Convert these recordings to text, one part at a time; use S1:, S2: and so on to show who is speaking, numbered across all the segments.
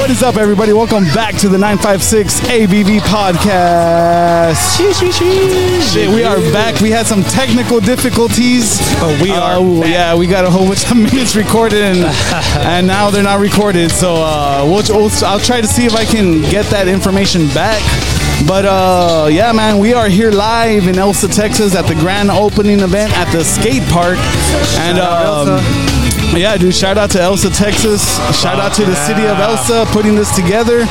S1: What is up, everybody? Welcome back to the 956 ABV podcast. Shee, shee, shee. Shit, we are back. We had some technical difficulties. Uh,
S2: But we are back.
S1: Yeah, we got a whole bunch of minutes recorded, and, and now they're not recorded. So uh, we'll, we'll- I'll try to see if I can get that information back. But uh, yeah, man, we are here live in Elsa, Texas at the grand opening event at the skate park. And
S2: out
S1: um,
S2: Elsa.
S1: yeah, dude, shout out to Elsa, Texas. Shout out to the city of Elsa uh, putting this together.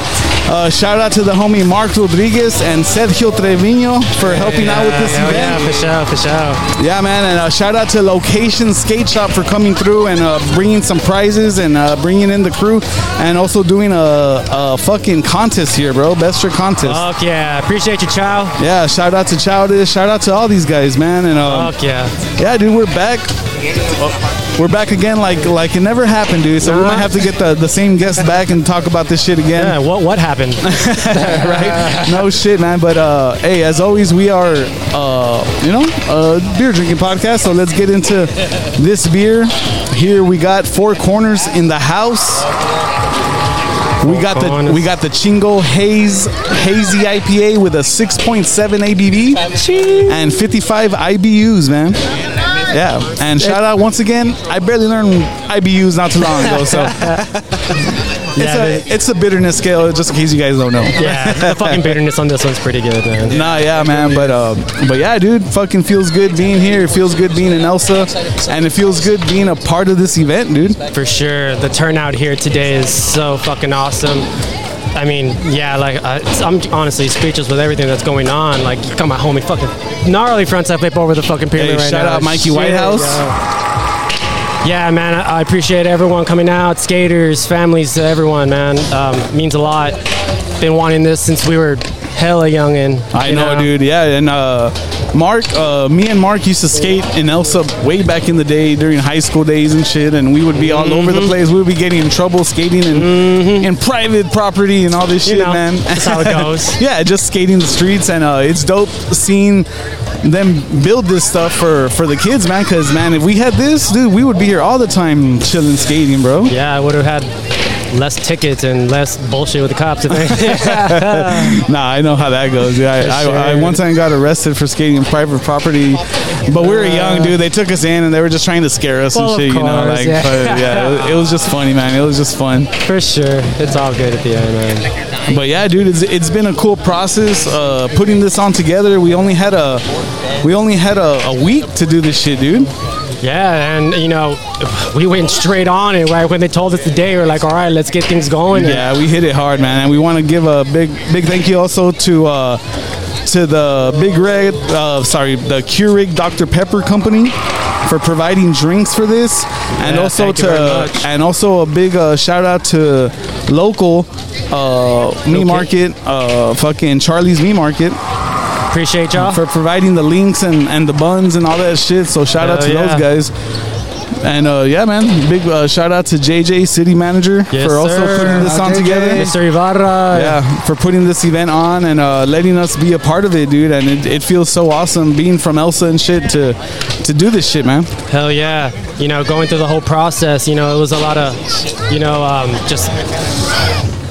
S1: Uh, shout out to the homie Mark Rodriguez and Sergio Trevino for helping out with this
S2: hell
S1: event.
S2: Yeah, for sure, for sure.
S1: Yeah, man, and uh, shout out to Location Skate Shop for coming through and uh, bringing some prizes and uh, bringing in the crew, and also doing a, a fucking contest here, bro. Best trick contest.
S2: Fuck yeah. Appreciate you, child.
S1: yeah, shout out to Childish. Shout out to all these guys, man. And um,
S2: Fuck yeah.
S1: yeah, dude, we're back.
S2: Oh,
S1: We're back again, like like it never happened, dude. So we
S2: Nah.
S1: might have to get the, the same guest back and talk about this shit again.
S2: Yeah, what what happened?
S1: right? No shit, man. But uh, hey, as always, we are uh, you know a beer drinking podcast. So let's get into this beer. Here we got Four Corners in the house. We got the
S2: Corners.
S1: we got the Chingo Haze Hazy IPA with a 6.7 ABV and 55 IBUs, man. Yeah, and shout out once again. I barely learned IBUs not too long ago, so
S2: Yeah,
S1: it's, a, it's a bitterness scale. Just in case you guys don't know.
S2: yeah, the fucking bitterness on this one's pretty good, man.
S1: Nah, yeah, man, but uh, but yeah, dude, fucking feels good being here. It feels good being in Elsa, and it feels good being a part of this event, dude.
S2: For sure, the turnout here today is so fucking awesome. I mean, yeah, like I, it's- I'm honestly speechless with everything that's going on. Like, you got my homie fucking gnarly frontside flip over the fucking pyramid
S1: Hey,
S2: right
S1: shout
S2: now.
S1: out Mikey
S2: Shit,
S1: Whitehouse.
S2: yo. Yeah, man, I, I appreciate everyone coming out, skaters, families, everyone, man. Um, means a lot. Been wanting this since we were hella young and
S1: I know, dude. Yeah, and uh, Mark, uh, me and Mark used to skate in Elsa way back in the day during high school days and shit, and we would be all over
S2: Mm-hmm.
S3: Mm-hmm.
S1: the place. We would be getting in trouble skating in, in private property and all this
S2: You
S1: shit,
S2: know,
S1: man.
S2: that's how it goes.
S1: yeah, just skating the streets, and uh, it's dope seeing them build this stuff for for the kids, man. Because man, if we had this, dude, we would be here all the time chilling, skating, bro.
S2: Yeah, I would have had less tickets and less bullshit with the cops. I think.
S1: Nah, I know how that goes. Yeah, I,
S2: Sure.
S1: I, I one time got arrested for skating in private property, but we were young, dude. They took us in and they were just trying to scare us
S2: Well,
S1: and
S2: of
S1: shit. you know,
S2: course,
S1: like
S2: yeah.
S1: but, yeah, it was- it was just funny, man. It was just fun.
S2: For sure, it's all good at the end, man.
S1: But yeah, dude, it's, it's been a cool process uh, putting this on together. We only had a we only had a, a week to do this shit, dude.
S2: Yeah, and you know, we went straight on it. Right when they told us the day, we are like, all right, let's get things going. And
S1: Yeah, we hit it hard, man, and we want to give a big, big thank you also to uh, to the Big Red, uh, sorry, the Keurig Dr Pepper Company for providing drinks for this, and
S2: Yeah,
S1: also
S2: thank you very
S1: to
S2: much.
S1: and also a big uh, shout out to local uh, meat
S2: Okay.
S1: market, uh, fucking Charlie's Meat Market
S2: appreciate y'all.
S1: for providing the links and, and the buns and all that shit. So shout out
S2: Hell
S1: to
S2: yeah.
S1: those guys. And uh, yeah, man, big uh, shout out to JJ, city manager,
S2: Yes,
S1: for also
S2: sir.
S1: putting this
S2: Shout
S1: on
S2: out
S1: together
S2: Mr. Ibarra.
S1: yeah for putting this event on and uh, letting us be a part of it dude and it, it feels so awesome being from elsa and shit to to do this shit man
S2: Hell yeah. You know, going through the whole process, you know, it was a lot of, you know, um, just.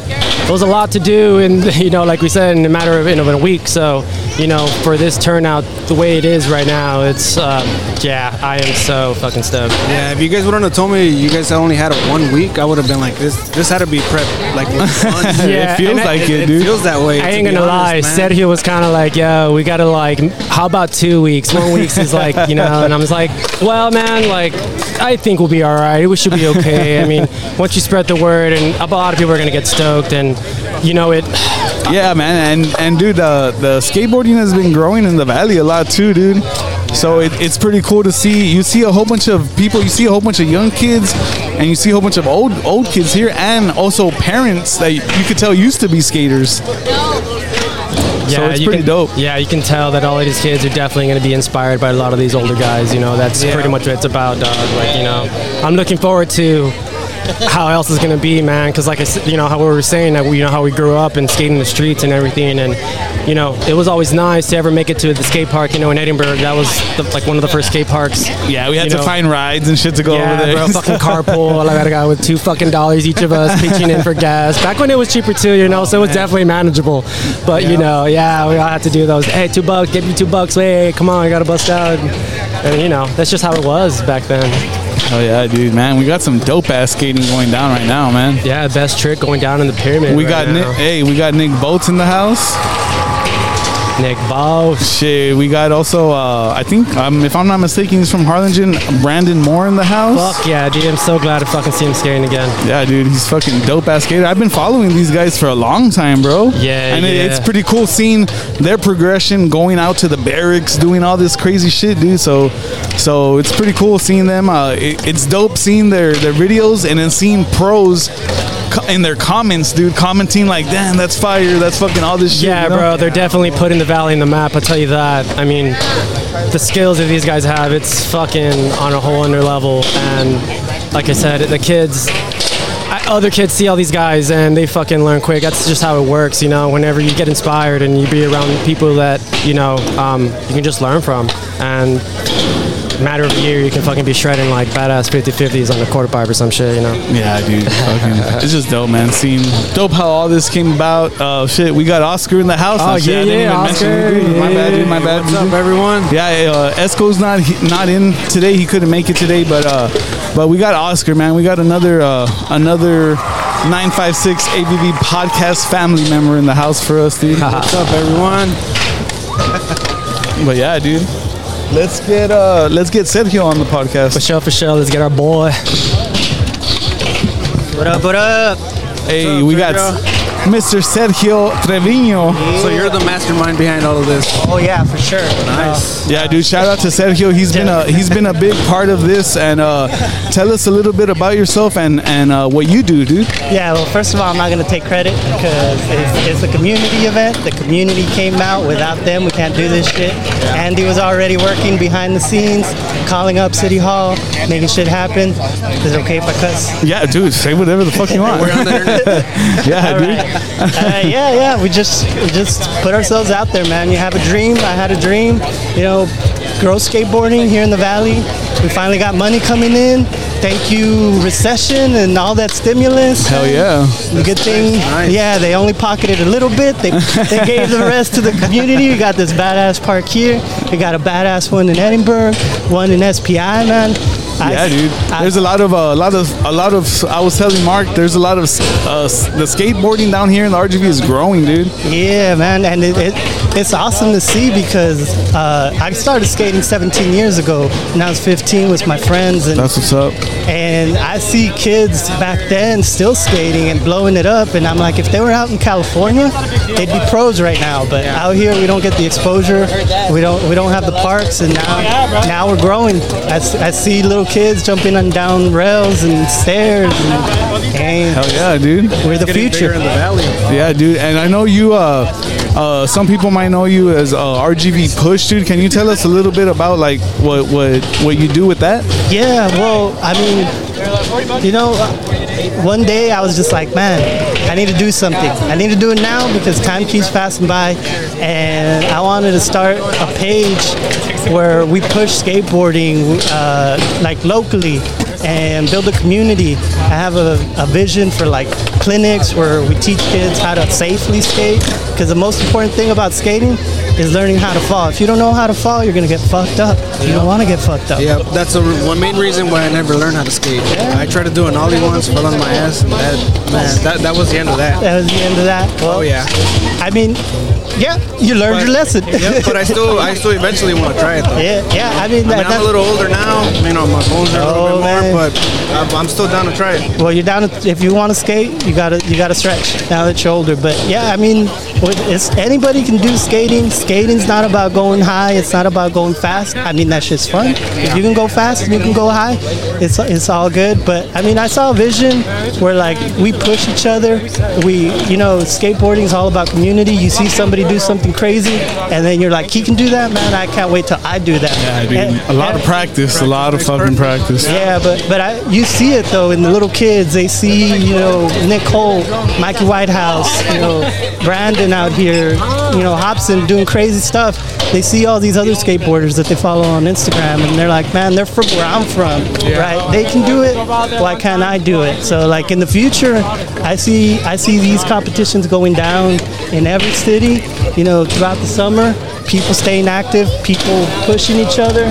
S2: It was a lot to do, and you know, like we said, in a matter of, in a week. So, you know, for this turnout, the way it is right now, it's uh, yeah, I am so fucking stoked.
S3: Yeah, if you guys wouldn't have told me you guys had only had it one week, I would have been like, this This had to be prepped. Like, with months.
S2: Yeah,
S1: it feels
S2: and I-
S1: like it,
S3: it,
S1: dude
S3: feels that way. to
S2: I ain't
S3: be
S2: gonna lie.
S3: honest, man.
S2: Sergio was kind of like, "Yo, we gotta like, m- how about two weeks? One week is like, you know." And I was like, "Well, man, like, I think we'll be all right. We should be okay. I mean, once you spread the word, and a lot of people are gonna get stoked, and you know it.
S1: yeah man and and dude uh, the skateboarding has been growing in the valley a lot too dude so it, it's pretty cool to see you see a whole bunch of people you see a whole bunch of young kids and you see a whole bunch of old old kids here and also parents that you could tell used to be skaters
S2: Yeah,
S1: it's
S2: you
S1: pretty
S2: can-
S1: dope.
S2: Yeah, you can tell that all of these kids are definitely gonna be inspired by a lot of these older guys. You know, that's pretty much what it's about, dog. Like, you know, I'm looking forward to. how else is gonna be, man? Because like I said, you know how we were saying that we, you know how we grew up and skating the streets and everything, and you know it was always nice to ever make it to the skate park. You know in Edinburgh, that was the, like one of the first skate parks.
S1: Yeah, we had
S2: you
S1: to
S2: know.
S1: find rides and shit to go
S2: Yeah,
S1: over there.
S2: bro, fucking carpool. I got a guy with two fucking dollars each of us pitching in for gas. Back when it was cheaper too, you know, so it was definitely manageable. But you know, yeah, we all had to do those. Hey, two bucks, give me two bucks. Hey, come on, I gotta bust out. And you know, that's just how it was back then.
S1: oh yeah, dude, man, we got some dope ass skating going down right now, man.
S2: Yeah, best trick going down in the pyramid.
S1: We
S2: right
S1: got Nick,
S2: now.
S1: hey, we got Nick Boats in the house.
S2: Nick Boss.
S1: Shit, we got also, uh, I think, um, if I'm not mistaken, he's from Harlingen. Brandon Moore in the house.
S2: Fuck yeah, dude! I'm so glad to fucking see him skating again.
S1: Yeah, dude, he's fucking dope ass skater. I've been following these guys for a long time, bro.
S2: Yeah,
S1: and It,
S2: yeah.
S1: it's pretty cool seeing their progression, going out to the barracks, doing all this crazy shit, dude. So, so it's pretty cool seeing them. Uh, it, it's dope seeing their their videos and then seeing pros co- in their comments, dude, commenting like, "Damn, that's fire! That's fucking all this shit."
S2: Yeah,
S1: you know?
S2: bro, they're definitely putting the valley in the map. I'll tell you that. I mean, the skills that these guys have, it's fucking on a whole other level. And like I said, the kids, I, other kids see all these guys and they fucking learn quick. That's just how it works, you know. Whenever you get inspired and you be around people that you know, um, you can just learn from. And matter of year, you can fucking be shredding like badass 50-50s on the quarter pipe or some shit, you know.
S1: Yeah, dude. Fucking, it's just dope, man. Seeing dope how all this came about. Uh, shit, we got Oscar in the house.
S2: Oh,
S1: and shit.
S2: yeah,
S1: I didn't
S2: yeah,
S1: even mention him,
S2: Oscar.
S1: dude. My bad, dude. My
S3: Hey,
S1: bad.
S3: What's up, everyone?
S1: Yeah, uh, Esco's not he- not in today. He couldn't make it today, but uh, but we got Oscar, man. We got another uh, another nine five six ABV podcast family member in the house for us, dude.
S3: What's up, everyone?
S1: but yeah, dude. Let's get uh, let's get Sergio on the
S2: For
S1: podcast.
S2: sure, for sure. Let's get our boy. What up? What up?
S1: Hey,
S3: What's up,
S1: we got
S3: Sergio?
S1: Mr. Sergio Trevino.
S3: So you're the mastermind behind all of this.
S4: Oh yeah, for sure.
S3: Nice.
S1: Yeah, dude. Shout out to Sergio. He's been a he's been a big part of this. And uh, tell us a little bit about yourself and and uh, what you do, dude.
S4: Yeah. Well, first of all, I'm not gonna take credit because it's, it's a community event. The community came out. Without them, we can't do this shit. Andy was already working behind the scenes, calling up City Hall, making shit happen. Is it okay if I cuss?
S1: Yeah, dude. Say whatever the fuck you want.
S3: We're on the internet.
S1: yeah,
S4: All
S1: dude.
S4: right. Uh, yeah, yeah. We just we just put ourselves out there, man. You have a dream. I had a dream. You know, girl skateboarding here in the valley. We finally got money coming in. Thank you, recession and all that stimulus.
S1: Hell yeah.
S4: The good thing,
S3: Nice.
S4: yeah, they only pocketed a little bit. They, they gave the rest to the community. We got this badass park here. We got a badass one in Edinburgh, one in SPI, man. I-
S1: Yeah, dude.
S4: I-
S1: There's a lot of uh, a lot of a lot of. I was telling Mark, there's a lot of uh, s- the skateboarding down here in the RGV is growing, dude.
S4: Yeah, man, and it, it, it's awesome to see because uh, I started skating 17 years ago. When I was 15 with my friends, and
S1: That's what's up.
S4: and I see kids back then still skating and blowing it up. And I'm like, if they were out in California, they'd be pros right now. But out here, we don't get the exposure. We don't we don't have the parks. And now now we're growing. I, s- I see little kids jumping on down rails and stairs. And, and
S1: Hell yeah, dude.
S4: we're the
S3: Getting bigger
S4: future.
S3: in the valley.
S1: Yeah, dude. And I know you. Uh, uh, some people might know you as uh, RGV Push, dude. Can you tell us a little bit about like what what what you do with that?
S4: Yeah, well, I mean, you know, one day I was just like, man, I need to do something. I need to do it now because time keeps passing by, and I wanted to start a page where we push skateboarding uh, like locally and build a community. I have a, a vision for like clinics where we teach kids how to safely skate because the most important thing about skating is learning how to fall. If you don't know how to fall, you're gonna get fucked up. You don't want to get fucked up.
S3: Yeah, that's the one main reason why I never learned how to skate. I tried to do an ollie once, fell on my ass, and that man, that, that was the end of that.
S4: That was the end of that. Well,
S3: Oh yeah.
S4: I mean, yeah, you learned your lesson.
S3: yeah, but I still, I still eventually want to try it though.
S4: yeah, yeah. I mean,
S3: I
S4: that,
S3: mean, I'm a little older now. You know, my bones are a little
S4: Oh,
S3: bit more,
S4: man.
S3: but I'm, I'm still down to try it.
S4: well, you're down. If you want to skate, you gotta you gotta stretch now that you're older. But yeah, I mean, with- it's anybody can do skating. Skating's not about going high. It's not about going fast. I mean, that shit's fun. If you can go fast and you can go high, it's it's all good. But I mean, I saw a vision where like we push each other. We, you know, skateboarding is all about community. You see somebody do something crazy, and then you're like, he can do that, man. I can't wait till I do that. And-
S1: A lot of
S4: and-
S1: practice, a lot of fucking practice.
S4: yeah, but but I, you see it though in the little kids. They see you know Nick Cole, Mikey Whitehouse, you know Brandon out here, you know Hobson doing crazy stuff. They see all these other skateboarders that they follow on Instagram, and they're like, man, they're from where I'm from, right? They can do it. Why can't I do it? So like in the future, I see I see these competitions going down in every city, you know, throughout the summer. People staying active, people pushing each other,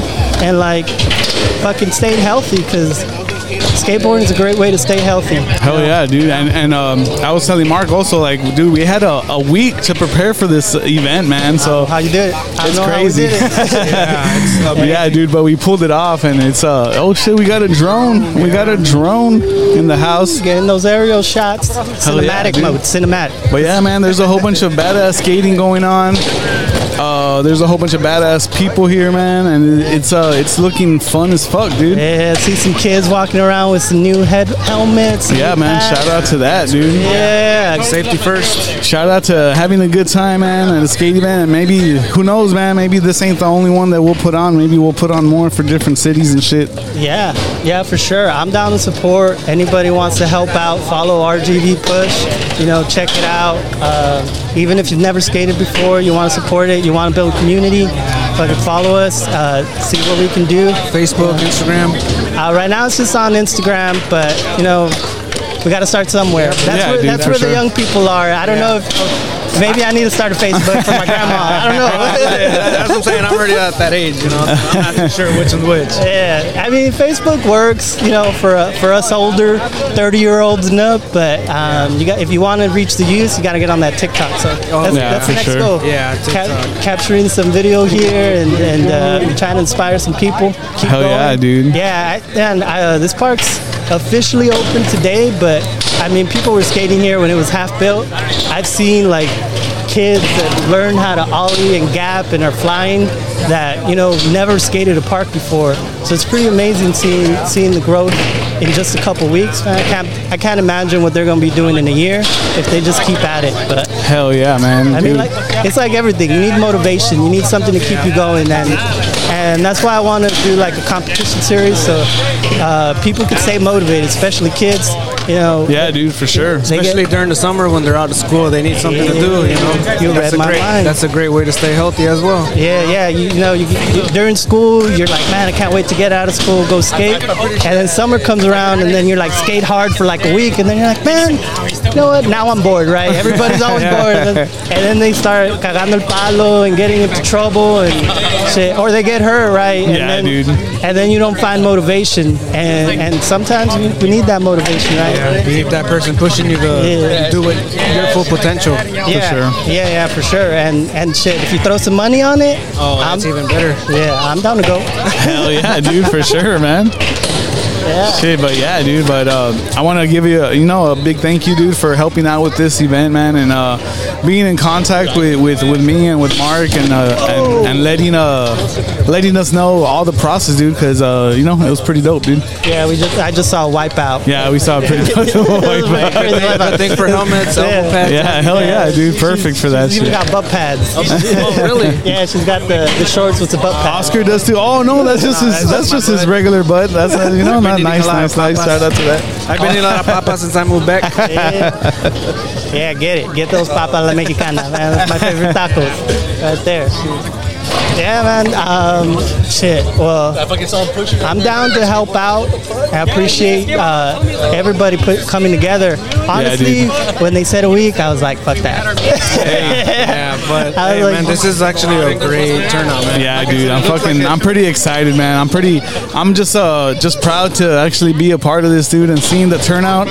S4: and like fucking staying healthy because skateboarding is a great way to stay healthy.
S1: Hell yeah, dude! And and um, I was telling Mark also, like, dude, we had a, a week to prepare for this event, man. So
S4: How you did it? I
S1: it's
S4: know how we
S1: crazy.
S4: did it.
S1: yeah, dude, but we pulled it off, and it's uh oh shit, we got a drone, we got a drone in the house.
S4: Getting those aerial shots,
S1: Hell yeah,
S4: cinematic
S1: dude.
S4: mode, cinematic.
S1: But yeah, man, there's a whole bunch of badass skating going on. Uh, there's a whole bunch of badass people here, man, and it's uh it's looking fun as fuck, dude.
S4: Yeah, see some kids walking around with some new head helmets.
S1: Yeah,
S4: new
S1: man.
S4: hats.
S1: Shout out to that, dude.
S4: Yeah,
S3: Safety first.
S1: Shout out to having a good time, man, at a skating event. And maybe, who knows, man? Maybe this ain't the only one that we'll put on. Maybe we'll put on more for different cities and shit.
S4: yeah, yeah, for sure. I'm down to support. Anybody wants to help out, follow RGV Push. You know, check it out. Uh, even if you've never skated before, you want to support it, you want to build community, fucking follow us, uh, see what we can do.
S3: Facebook, Instagram.
S4: Uh, right now, it's just on Instagram, but you know, we got to start somewhere. That's
S1: Yeah,
S4: where,
S1: dude,
S4: that's
S1: for
S4: where
S1: sure.
S4: the young people are. I don't know if maybe I need to start a Facebook for my grandma. I don't know.
S3: That's what I'm saying. I'm already at that age, you know. I'm not too sure which and which.
S4: yeah, I mean, Facebook works, you know, for uh, for us older, thirty year olds and up. But um, you got if you want to reach the youth, you got to get on that TikTok. So that's,
S1: Oh, yeah,
S4: that's the
S1: for
S4: next
S1: sure.
S4: goal.
S3: Yeah,
S4: Cap-
S3: TikTok.
S4: capturing some video here and and uh, trying to inspire some people. Keep
S1: Hell
S4: going.
S1: yeah, dude.
S4: Yeah, I, and uh, this park's officially open today, but I mean, people were skating here when it was half built. I've seen like kids that learn how to ollie and gap and are flying that you know never skated a park before. So it's pretty amazing seeing seeing the growth in just a couple weeks. Man, I can't I can't imagine what they're going to be doing in a year if they just keep at it. But
S1: Hell yeah, man.
S4: I
S1: dude.
S4: mean, like it's like everything. You need motivation. You need something to keep you going, and and that's why I want to do like a competition series so uh, people can stay motivated, especially kids. You know,
S1: yeah, dude, for sure.
S4: they
S3: Especially
S4: get
S3: during the summer when they're out of school, they need something to do, you know.
S4: You read
S3: a
S4: my
S3: great,
S4: mind.
S3: That's a great way to stay healthy as well.
S4: yeah, yeah. You, know, you, you- during school, you're like, man, I can't wait to get out of school, go skate, and then summer comes around, and then you're like, skate hard for like a week, and then you're like, man, you know what? Now I'm bored, right? Everybody's always bored, and then, and then they start cagando el palo and getting into trouble and shit, or they get hurt, right? And
S1: Yeah,
S4: then,
S1: dude.
S4: And then you don't find motivation, and and sometimes we, we need that motivation, right?
S3: You need that person pushing you to
S4: Yeah.
S3: do it your full potential.
S4: yeah,
S1: sure.
S4: yeah, yeah, for sure. And and shit, if you throw some money on it,
S3: Oh, that's even better.
S4: yeah, I'm down to go.
S1: Hell yeah, dude, for sure, man. Shit, but yeah, dude. But uh, I want to give you, a, you know, a big thank you, dude, for helping out with this event, man, and uh, being in contact with, with, with me and with Mark, and uh, and, and letting uh letting us know all the process, dude, because uh, you know it was pretty dope, dude.
S4: Yeah, we just I just saw Wipeout.
S1: Yeah, we saw a pretty much the whole way back.
S3: I think for helmets, elbow
S4: Yeah.
S3: pads.
S1: Yeah, hell yeah, dude.
S4: she-
S1: Perfect
S4: she's-
S1: for that
S4: She's even
S1: shit.
S4: got butt pads.
S3: Oh, really?
S4: yeah, she's got the, the shorts with the butt pads.
S1: Oscar does too. Oh no, that's just his. That's just his regular butt. That's uh, you know not
S3: Been
S1: nice,
S3: eating a lot
S1: nice,
S3: of
S1: nice.
S3: papas.
S1: Shout out to that.
S3: I've been in a lot of papas since I moved back.
S4: Yeah. yeah, get it. Get those papa la mexicana, man. That's my favorite tacos, right there. Yeah, man. Um, shit. Well, I'm down to help out. I appreciate uh, everybody put, coming together. Honestly, when they said a week, I was like, "Fuck that."
S3: yeah, but
S4: I
S3: hey,
S4: like-
S3: man, this is actually a great turnout, man.
S1: Yeah, dude. I'm fucking. I'm pretty excited, man. I'm pretty. I'm just uh just proud to actually be a part of this, dude, and seeing the turnout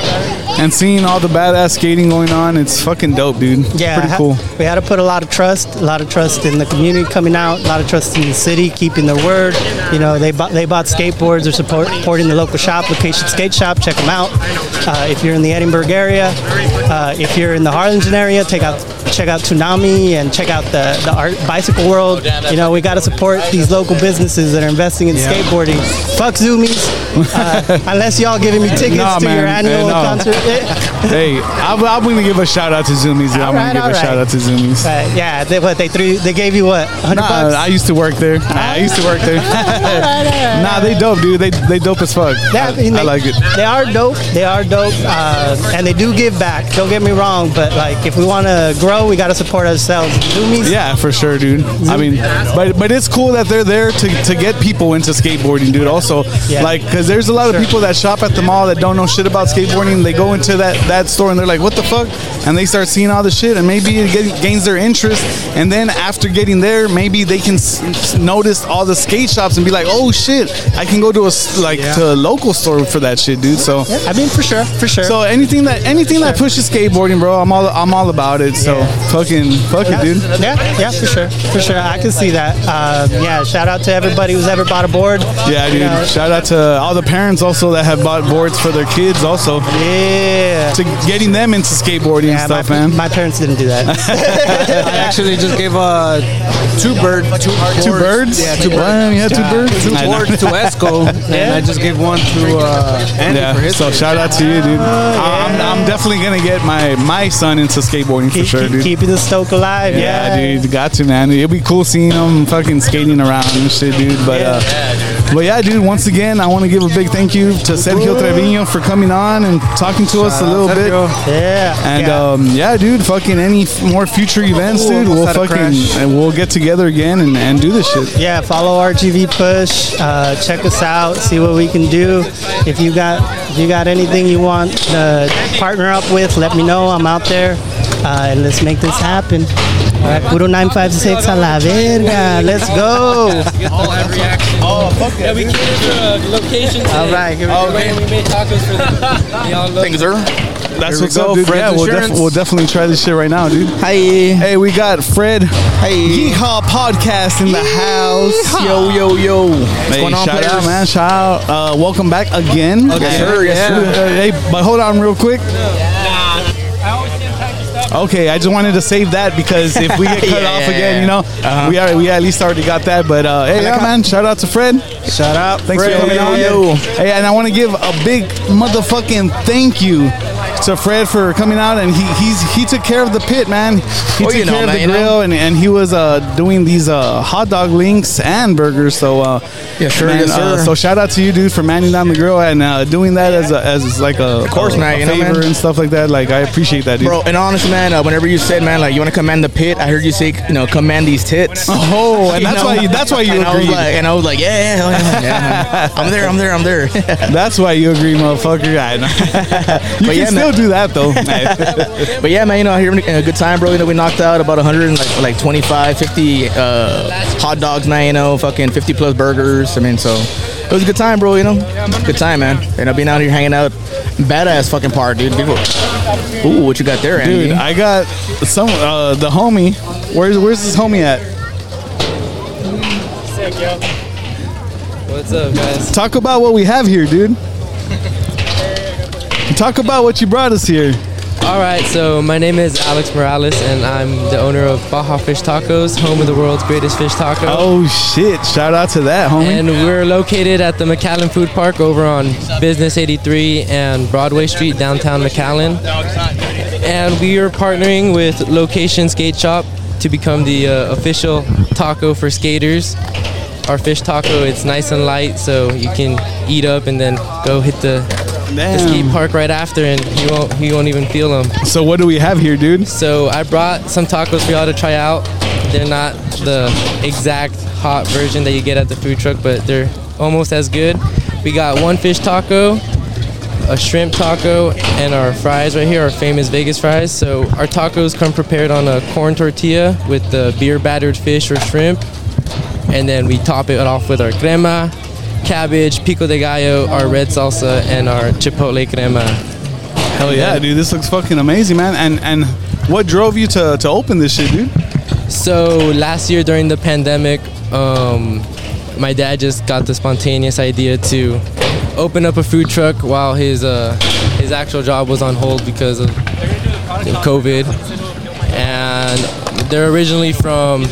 S1: and seeing all the badass skating going on. It's fucking dope, dude.
S4: Yeah,
S1: pretty
S4: ha-
S1: cool.
S4: We had to put a lot of trust, a lot of trust in the community coming out, a lot of trust in the city keeping their word. You know, they bought they bought skateboards. They're support- supporting the local shop, location skate shop. Check them out. Uh, if you're in the Edinburgh area, uh, if you're in the Harlingen area, take out check out Toonami and check out the, the art bicycle world. You know, we got to support these local businesses that are investing in skateboarding. Fuck Zoomies. Uh, unless y'all giving me tickets
S1: Nah,
S4: to your
S1: man. Eh,
S4: annual
S1: no.
S4: concert.
S1: Hey, I'm, I'm going to give a shout out to Zoomies. dude. I'm
S4: Alright,
S1: going to give a
S4: alright.
S1: shout out to Zoomies.
S4: But yeah, they, what they threw, they gave you what, hundred
S1: Nah,
S4: bucks?
S1: I used to work there. Nah, I used to work there. nah, they dope, dude. They they dope as fuck.
S4: Yeah, I mean,
S1: I, I
S4: they-
S1: like it.
S4: They are dope. They are dope, uh, and they do give back. Don't get me wrong, but like if we want to grow, we got to support ourselves. Zoomies,
S1: Yeah, for sure, dude. I mean, but but it's cool that they're there to, to get people into skateboarding, dude. Also,
S4: Yeah.
S1: like, cause there's a lot of people that shop at the mall that don't know shit about skateboarding. They go into that that store and they're like, "What the fuck?" And they start seeing all this shit, and maybe it get, gains their interest. And then after getting there, maybe they can s- s- notice all the skate shops and be like, "Oh shit, I can go to a s- like to a local store for that shit, dude." So.
S4: I mean for sure, for sure.
S1: So anything that anything that pushes skateboarding, bro, I'm all I'm all about it. So fucking fuck it, dude.
S4: Yeah, yeah, for sure, for sure. I can see that. Um, yeah, shout out to everybody who's ever bought a board.
S1: Yeah, dude.
S4: You know,
S1: Shout out to all the parents also that have bought boards for their kids, also
S4: yeah.
S1: to getting them into skateboarding and
S4: Yeah,
S1: stuff,
S4: my,
S1: man.
S4: my parents didn't do that.
S3: I actually just gave uh, two bird, two,
S1: two birds.
S3: Yeah, two birds.
S1: Damn, you had two birds.
S3: Two
S1: I know.
S3: boards to Esco, and I just gave one to uh, Andy
S1: Yeah.
S3: for his.
S1: So
S3: kid.
S1: shout out to you, dude. I'm, I'm definitely gonna get my my son into skateboarding for
S4: Keep-
S1: sure,
S4: keep-
S1: dude.
S4: Keeping the stoke alive.
S1: Yeah, dude, got to man. It'd be cool seeing him fucking skating around and shit, dude. But uh, but yeah, dude. Once again, I want to give a big thank you to Sergio Trevino for coming on and talking to us a little bit.
S3: Sergio.
S4: Yeah.
S1: And
S4: yeah.
S1: um, yeah, dude, fucking any f- more future events, dude. We'll
S3: almost had a
S1: fucking
S3: crash.
S1: and we'll get together again and, and do this shit.
S4: Yeah, follow RGV Push. Uh, check us out. See what we can do. If you got if you got anything you want to partner up with, let me know. I'm out there, uh, and let's make this happen. All right, puro 956 a la verga. Let's go.
S5: Yeah, we came to a location today.
S4: All right. Here we go.
S5: Where we made tacos for them. They all love
S6: Things are.
S1: That's
S3: we
S1: what's
S3: go,
S1: up, dude.
S3: Fred's
S1: Yeah, we'll, def-
S3: Insurance.
S1: we'll definitely try this shit right now, dude.
S6: Hi.
S1: Hey, we got Fred
S6: Hey.
S1: Yeehaw Podcast in the house.
S6: Yo, yo, yo. What's
S1: Hey,
S6: going on,
S1: shout
S6: players?
S1: out, man. Shout out. Uh, welcome back again.
S6: Yes, sir. Yes,
S1: Uh,
S6: sir.
S1: hey, but hold on real quick. Okay, I just wanted to save that because if we get cut
S6: Yeah,
S1: off
S6: yeah,
S1: again,
S6: yeah.
S1: you know, we are we at least already got that. But uh, hey, yeah, man, shout out to Fred.
S3: Shout out.
S1: Thanks
S3: Fred.
S1: for coming on.
S6: yo.
S1: Hey, and I want to give a big motherfucking thank you to Fred for coming out, and he he's he took care of the pit, man. He
S6: Oh,
S1: took
S6: you know,
S1: care of
S6: man,
S1: the
S6: you know.
S1: grill, and, and he was uh, doing these uh, hot dog links and burgers. So uh,
S6: Yes, sir,
S1: man,
S6: yes,
S1: uh,
S6: sir.
S1: so shout out to you, dude, for manning down the grill and uh, doing that as a, as like a of
S6: course,
S1: a,
S6: man,
S1: a
S6: you know,
S1: favor
S6: man.
S1: and stuff like that. Like I appreciate that, dude.
S6: Bro, and honest man, uh, whenever you said, man, like you want to command the pit, I heard you say, you know, command these tits.
S1: Oh, and that's
S6: know?
S1: why you, that's why you
S6: and I was
S1: agreed.
S6: like, and I was like, yeah, yeah, yeah, yeah. I'm there, I'm there, I'm there.
S1: that's why you agree, motherfucker. I know. you
S6: But
S1: can
S6: yeah,
S1: still
S6: man.
S1: do that though.
S6: but yeah, man, you know, I'm having a good time, bro. You know, we knocked out about 100, and like, like 25, 50 uh, hot dogs, man. You know, fucking 50 plus burgers. I mean, so it was a good time, bro. You know, good time, man. You know, being out here hanging out, badass fucking park, dude. People, ooh, what you got there, Andy?
S1: Dude, I got some uh, the homie. Where's where's this homie at?
S5: What's up, guys?
S1: Talk about what we have here, dude. Talk about what you brought us here.
S5: All right, so my name is Alex Morales, and I'm the owner of Baja Fish Tacos, home of the world's greatest fish taco.
S1: Oh shit! Shout out to that homie.
S5: And we're located at the McAllen Food Park over on Business 83 and Broadway Street, downtown McAllen. And we are partnering with Location Skate Shop to become the uh, official taco for skaters. Our fish taco, it's nice and light, so you can eat up and then go hit the, the skate
S1: Damn.
S5: park right after, and you won't you won't even feel them.
S1: So what do we have here, dude?
S5: So I brought some tacos for y'all to try out. They're not the exact hot version that you get at the food truck, but they're almost as good. We got one fish taco, a shrimp taco, and our fries right here, our famous Vegas fries. So our tacos come prepared on a corn tortilla with the beer battered fish or shrimp. And then we top it off with our crema, cabbage, pico de gallo, our red salsa, and our chipotle crema.
S1: Hell yeah, dude! This looks fucking amazing, man. And and what drove you to to open this shit, dude?
S5: So last year during the pandemic, um, my dad just got the spontaneous idea to open up a food truck while his uh, his actual job was on hold because of COVID. and they're originally from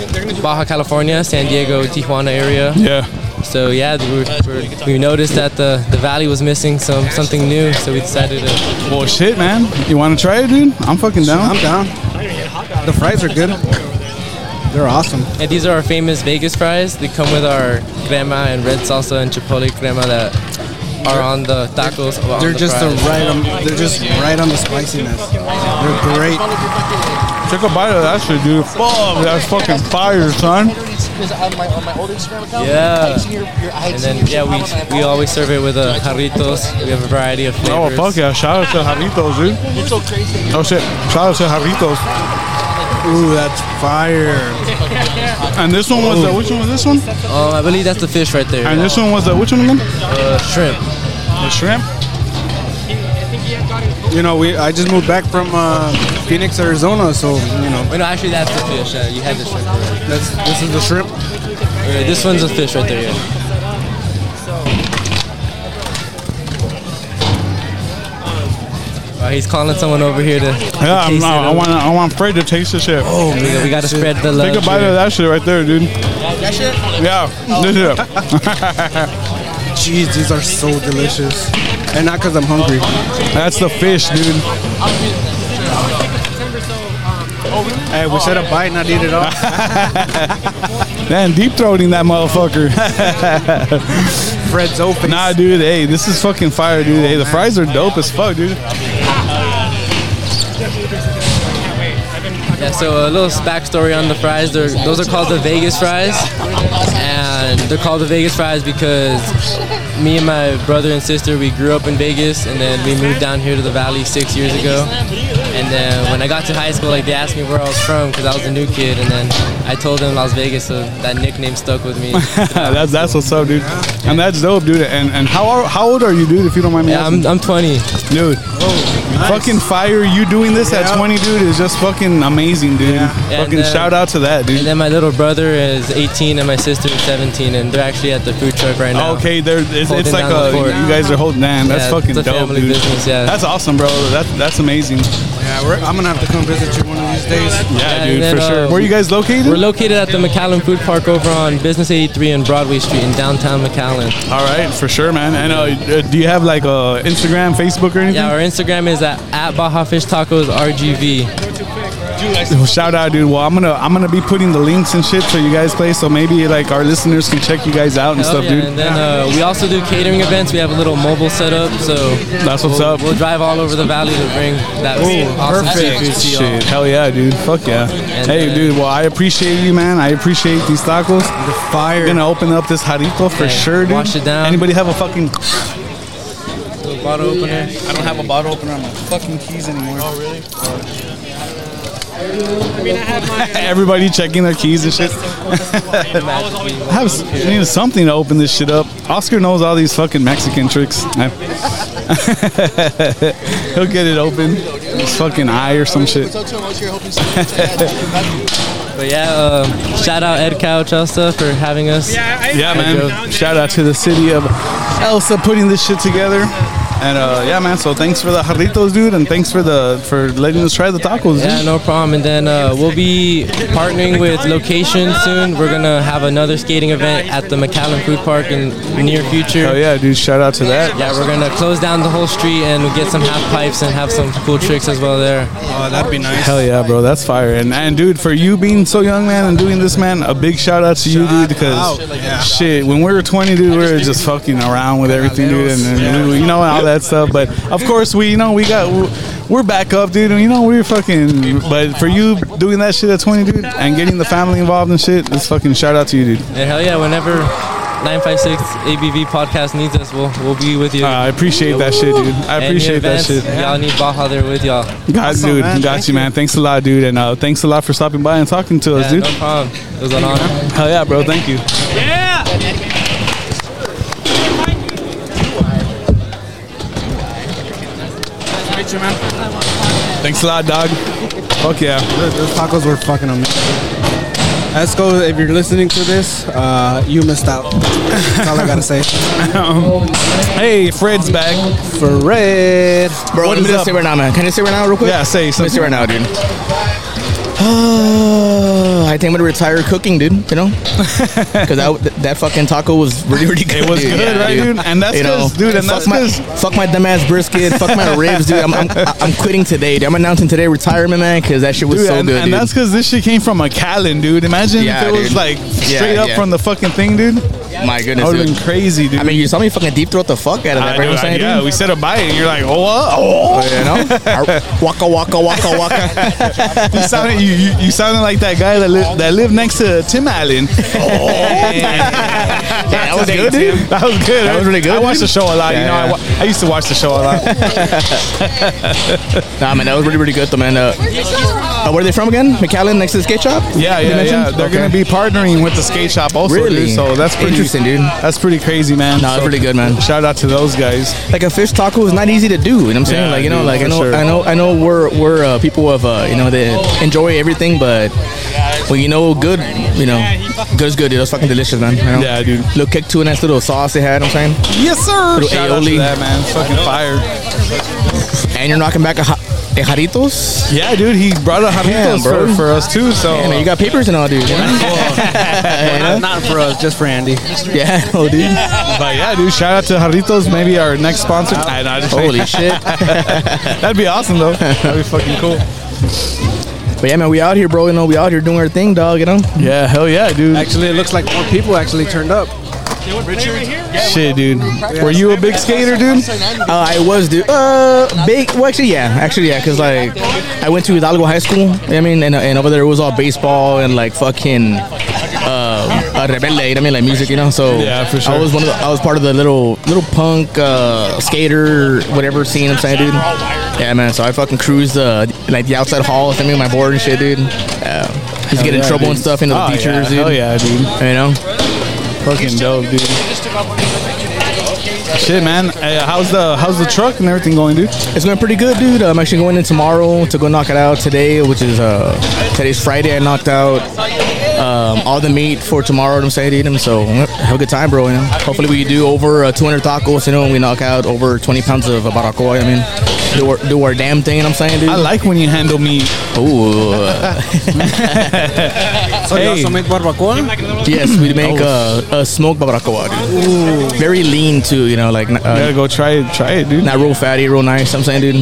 S5: Baja California, San Diego, Tijuana area.
S1: Yeah.
S5: So yeah, we, we're, we noticed that the, the valley was missing some something new, so we decided to.
S1: Well, Oh, shit, man. You want to try it, dude? I'm fucking down.
S3: I'm down. The fries are good. They're awesome.
S5: And these are our famous Vegas fries. They come with our crema and red salsa and chipotle crema that are on the tacos. on
S3: They're
S5: the
S3: just the
S5: fries.
S3: right. On, they're just right on the spiciness. They're great.
S1: Take a bite of that shit, dude. Fuck, that's fucking fire, son.
S7: Because on my, on my old Instagram account,
S5: Yeah.
S7: I've seen your, your, I've
S5: And
S7: seen
S5: then
S7: your
S5: yeah,
S7: shit pop up, and I've
S5: we we always serve it with uh, jarritos. We have a variety of
S1: Oh,
S5: flavors.
S1: fuck yeah. Shout out to Jarritos, dude.
S7: It's so crazy. that
S1: Oh, shit. Shout out to Jarritos.
S3: Ooh, that's fire.
S1: And this one was the, which one was this one?
S5: Um, I believe that's the fish right there.
S1: And this one was the, which one again?
S5: uh, shrimp.
S1: The shrimp.
S3: You know, we I just moved back from uh, Phoenix, Arizona, so you know
S5: Wait, no, actually that's the fish. Uh, you had the shrimp. already.
S3: that's this is the shrimp.
S5: Uh, this one's a fish right there. Yeah. Uh, he's calling someone over here to.
S1: Yeah, I'm, I, I want I want Fred to taste this shit.
S5: Oh, we, we gotta spread the love.
S1: Take a bite
S5: here.
S1: of that shit right there, dude. Yeah,
S5: Oh.
S1: this shit.
S3: Jeez, these are so delicious, and not because I'm hungry.
S1: That's the fish, dude.
S3: Hey, we said a bite, not eat it all.
S1: Man, deep throating that motherfucker.
S3: Fred's Oh, open.
S1: nah, dude. Hey, this is fucking fire, dude. Hey, the fries are dope as fuck, dude.
S5: Yeah, so a little backstory on the fries. They're, those are called the Vegas fries, and they're called the Vegas fries because me and my brother and sister we grew up in Vegas, and then we moved down here to the Valley six years ago. And then when I got to high school, like they asked me where I was from because I was a new kid, and then I told them Las Vegas, so that nickname stuck with me.
S1: that's that's what's up, dude. And that's dope, dude. And and how are, how old are you, dude? If you don't mind me
S5: Yeah,
S1: asking,
S5: I'm, I'm 20.
S1: dude. Fucking fire! You doing this at
S3: Oh,
S1: 20,
S3: Yeah.
S1: dude, is just fucking amazing, dude.
S5: And,
S1: Fucking
S5: uh,
S1: shout out to that,
S5: And
S1: dude.
S5: then my little brother is 18, and my sister is 17, and they're actually at the food truck right now.
S1: Okay, there it's,
S5: Holding
S1: it's like
S5: down the
S1: a
S5: fort.
S1: you guys are holding down. That's
S5: Yeah,
S1: fucking
S5: it's a
S1: dope,
S5: family
S1: dude.
S5: business, yeah.
S1: That's awesome, bro. That that's amazing.
S3: Yeah, we're, I'm gonna have to come visit you one of these days.
S1: Yeah,
S5: and
S1: dude,
S5: then,
S1: for sure.
S5: uh,
S1: Where you guys located?
S5: We're located at the McAllen Food Park over on Business 83 and Broadway Street in downtown McAllen.
S1: All right, for sure, man. And uh, uh, do you have like uh, Instagram, Facebook, or anything?
S5: Yeah, our Instagram is at, at Baja Fish Tacos RGV.
S1: Well, shout out, dude. Well, I'm gonna I'm gonna be putting the links and shit for you guys play, so maybe like our listeners can check you guys out and
S5: Hell
S1: stuff,
S5: yeah,
S1: dude.
S5: And then uh, we also do catering events. We have a little mobile setup, so
S1: That's what's
S5: we'll,
S1: up.
S5: We'll drive all over the valley to bring that awesome seafood to y'all.
S1: Shit, hell yeah, dude. Fuck yeah. hey,
S5: then-
S1: dude. Well, I appreciate you, man. I appreciate these tacos.
S3: The fire.
S1: We're gonna open up this jarrito for
S5: Yeah,
S1: sure, dude.
S5: wash it down.
S1: Anybody have a fucking?
S5: Little bottle opener.
S1: I don't have a bottle opener on my fucking keys anymore. Oh really? Everybody checking their keys and shit. I have s- I need something to open this shit up. Oscar knows all these fucking Mexican tricks. I- He'll get it open. His fucking eye or some shit.
S7: So, too, I'm always here hoping someone
S5: But yeah, uh, shout out Ed Cow Chelsea for having us.
S1: Yeah, man. Shout out to the city of Elsa putting this shit together. And uh, yeah, man. So thanks for the jarritos, dude, and thanks for the for letting us try the tacos, dude.
S5: Yeah, no problem. And then uh, we'll be partnering with Location soon. We're gonna have another skating event at the McAllen Food Park in the near
S1: Oh
S5: future.
S1: yeah, dude. Shout out to that.
S5: Yeah, we're gonna close down the whole street and get some half pipes and have some cool tricks as well there.
S3: Oh, that'd be nice.
S1: Hell yeah, bro. That's fire. And and dude, for you being so young, man, and doing this, man, a big shout out to you, dude. Because
S3: out. Yeah.
S1: shit, when we were 20, dude, we were just fucking around with everything, dude, and, and we- you know all that stuff. But of course, we you know we got we're back up, dude, and you know we're fucking. But for you doing that shit at 20, dude, and getting the family involved and shit, this fucking shout out to you, dude.
S5: And hell yeah, whenever 956 ABV podcast needs us, we'll we'll be with you.
S1: Uh, I appreciate that shit, dude. I
S5: Any
S1: appreciate that
S5: events,
S1: shit.
S5: Y'all need Baja there with y'all.
S1: God, dude,
S3: man.
S1: got
S3: Thank
S1: you, man. Thanks a lot, dude, and uh, thanks a lot for stopping by and talking to us,
S5: Yeah,
S1: dude.
S5: no problem. It was an honor.
S8: Oh,
S1: Hell yeah, bro. Thank you.
S3: Meet you, man.
S1: Thanks a lot, dog. Fuck yeah.
S3: Those those tacos were fucking amazing. Esco, if you're listening to this, uh, you missed out. That's all I gotta say.
S1: Hey, Fred's back.
S3: Fred.
S6: Bro,
S1: What
S6: let me
S1: is
S6: just
S1: up?
S6: say right now, man. Can I say right now, real quick?
S1: Yeah, say
S6: Let me say
S1: something.
S6: right now, dude. I think I'm gonna retire cooking, dude. You know, because that, that fucking taco was really, really good.
S1: It was
S6: dude.
S1: good, right, dude? And that's 'cause- dude, and
S6: fuck
S1: that's
S6: my
S1: 'cause-
S6: fuck my dumbass brisket, fuck my ribs, dude. I'm, I'm I'm quitting today. Dude. I'm announcing today retirement, man, because that shit was
S1: Dude,
S6: so
S1: and,
S6: good,
S1: and
S6: dude.
S1: that's because this shit came from a Callen, dude. Imagine
S6: Yeah,
S1: if it was
S6: dude.
S1: like
S6: Yeah,
S1: straight up
S6: yeah.
S1: from the fucking thing, dude.
S6: my
S1: That
S6: goodness,
S1: would have
S6: dude.
S1: been crazy, dude.
S6: I mean, you saw me fucking deep throat the fuck out of
S1: Ah,
S6: that. right?
S1: dude,
S6: What I'm saying,
S1: yeah,
S6: dude?
S1: we said a bite, and you're like, oh, what? oh,
S6: You know, Ar- waka waka waka waka.
S1: you sounded, you, you, you sounded like that guy that li- that lived next to Tim Allen.
S6: Oh, that was good, dude.
S1: That was good.
S6: That was really good,
S1: I watched
S6: dude.
S1: the show a lot.
S6: Yeah,
S1: you know, I
S6: yeah.
S1: wa- I, used to watch the show a lot.
S6: Nah, man, that was really, really good, though, man. Uh, uh, where are they from again? McAllen, next to the skate shop.
S1: Yeah,
S6: You
S1: yeah,
S6: mentioned?
S1: yeah. They're
S6: Okay.
S1: gonna be partnering with the skate shop also, dude,
S6: Really?
S1: So that's pretty
S6: Interesting, dude.
S1: That's pretty crazy, man.
S6: No, it's
S1: So
S6: really good, man.
S1: Shout out to those guys.
S6: like a fish taco is not easy to do. You know what I'm saying?
S1: Yeah,
S6: like you know,
S1: dude,
S6: like I
S1: for
S6: know,
S1: sure.
S6: I know, I know. We're we're uh, people of uh, you know that enjoy everything, but when you know good, you know, good's good. Dude. It was fucking delicious, man. You know?
S1: Yeah, dude.
S6: Little kick to a nice little sauce they had. you know what I'm saying,
S1: Yes, sir.
S6: Little
S1: Shout out to
S6: aioli.
S1: that, man. It's fucking fire.
S6: and you're knocking back a, ha- a jaritos.
S1: Yeah, dude, he brought a
S6: Damn,
S1: jaritos
S6: bro.
S1: for, for us too. So
S6: Yeah, man, you got papers and all, dude. you know?
S3: Not, not for us, just for Andy.
S6: yeah, oh, dude.
S1: but yeah, dude, shout out to jaritos. Maybe our next sponsor. I know, I just-
S6: Holy shit.
S1: that'd be awesome though. That'd be fucking cool.
S6: But yeah, man, we out here, bro. You know, we out here doing our thing, dog. You know,
S1: Yeah, hell yeah, dude.
S3: Actually, it looks like more people actually turned up.
S1: Shit, dude. Were you a big skater, dude?
S6: uh, I was, dude. Uh, big. Well, actually, yeah, actually, yeah, cause like I went to Hidalgo High School. you know what I mean, and, and over there it was all baseball and like fucking uh, uh rebelde. You know what I mean, like music. You know, so
S1: Yeah, for sure.
S6: I was one of the, I was part of the little little punk uh, skater whatever scene. you know what I'm saying, dude. Yeah, man. So I fucking cruised uh, like the outside halls. I mean, my board and shit, dude. Yeah. Just get in
S1: yeah,
S6: trouble
S1: dude.
S6: and stuff, you know,
S1: Oh,
S6: the teachers,
S1: yeah, hell yeah, dude.
S6: dude. You know.
S1: Fucking dope, dude. Shit, man. Uh, how's the how's the truck and everything going, dude?
S6: It's going pretty good, dude. I'm actually going in tomorrow to go knock it out today, which is uh, today's Friday. I knocked out um, all the meat for tomorrow. I'm saying, dude. And So have a good time, bro. You know? Hopefully we do over uh, 200 tacos. You know, and we knock out over 20 pounds of uh, baracoa. I mean, do our, do our damn thing. You know what I'm saying, dude.
S1: I like when you handle me.
S6: Ooh, uh,
S3: So you also make barbacoa?
S6: yes, we make
S3: Oh.
S1: Oh.
S6: uh, a smoked baracoa, dude. Very lean too. You know, like n-
S1: You gotta
S6: uh,
S1: go try it, try it, dude.
S6: not real fatty, real nice. I'm saying, dude.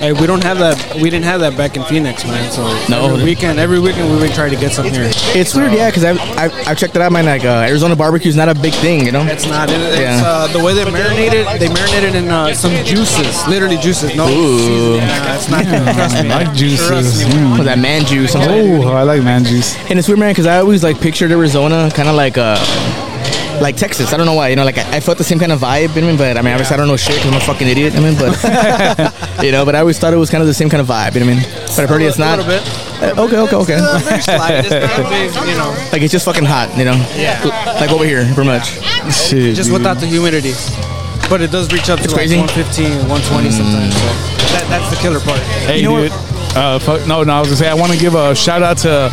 S3: Hey, we don't have that. We didn't have that back in Phoenix, man. So
S6: No.
S3: every weekend, every weekend we would try to get some here.
S6: It's weird, yeah, because I've, I've I've checked it out. Man, like uh, Arizona barbecue is not a big thing, you know.
S3: It's not. It, it's
S6: Yeah.
S3: uh, the way they marinated. They marinated in uh, some juices, literally juices. No,
S6: Ooh.
S3: seasoning. Nah, it's not. Trust me.
S1: I like juices.
S3: Trust me.
S1: Mm.
S6: With that man juice. something.
S1: Oh, I like man juice.
S6: And it's weird, man, because I always like pictured Arizona kind of like uh, like Texas. I don't know why. You know, like I, I felt the same kind of vibe. I mean, but I mean, obviously, I don't know shit 'cause I'm a fucking idiot. I mean, but you know, but I always thought it was kind of the same kind of vibe. You know what I mean? But apparently, it's not.
S3: A little bit.
S6: Uh, okay, okay, okay.
S3: Very slight. It's not a big, you know,
S6: like it's just fucking hot. You know? Yeah. Like over here, pretty much.
S1: Shit,
S3: just
S1: dude.
S3: without the humidity. But it does reach up to
S6: It's
S3: like
S6: crazy. Mm.
S3: 115, 120 sometimes. So that, that's the killer part.
S1: Hey,
S6: know
S1: dude. Uh, fuck, no, no, I was gonna say I want to give a shout out to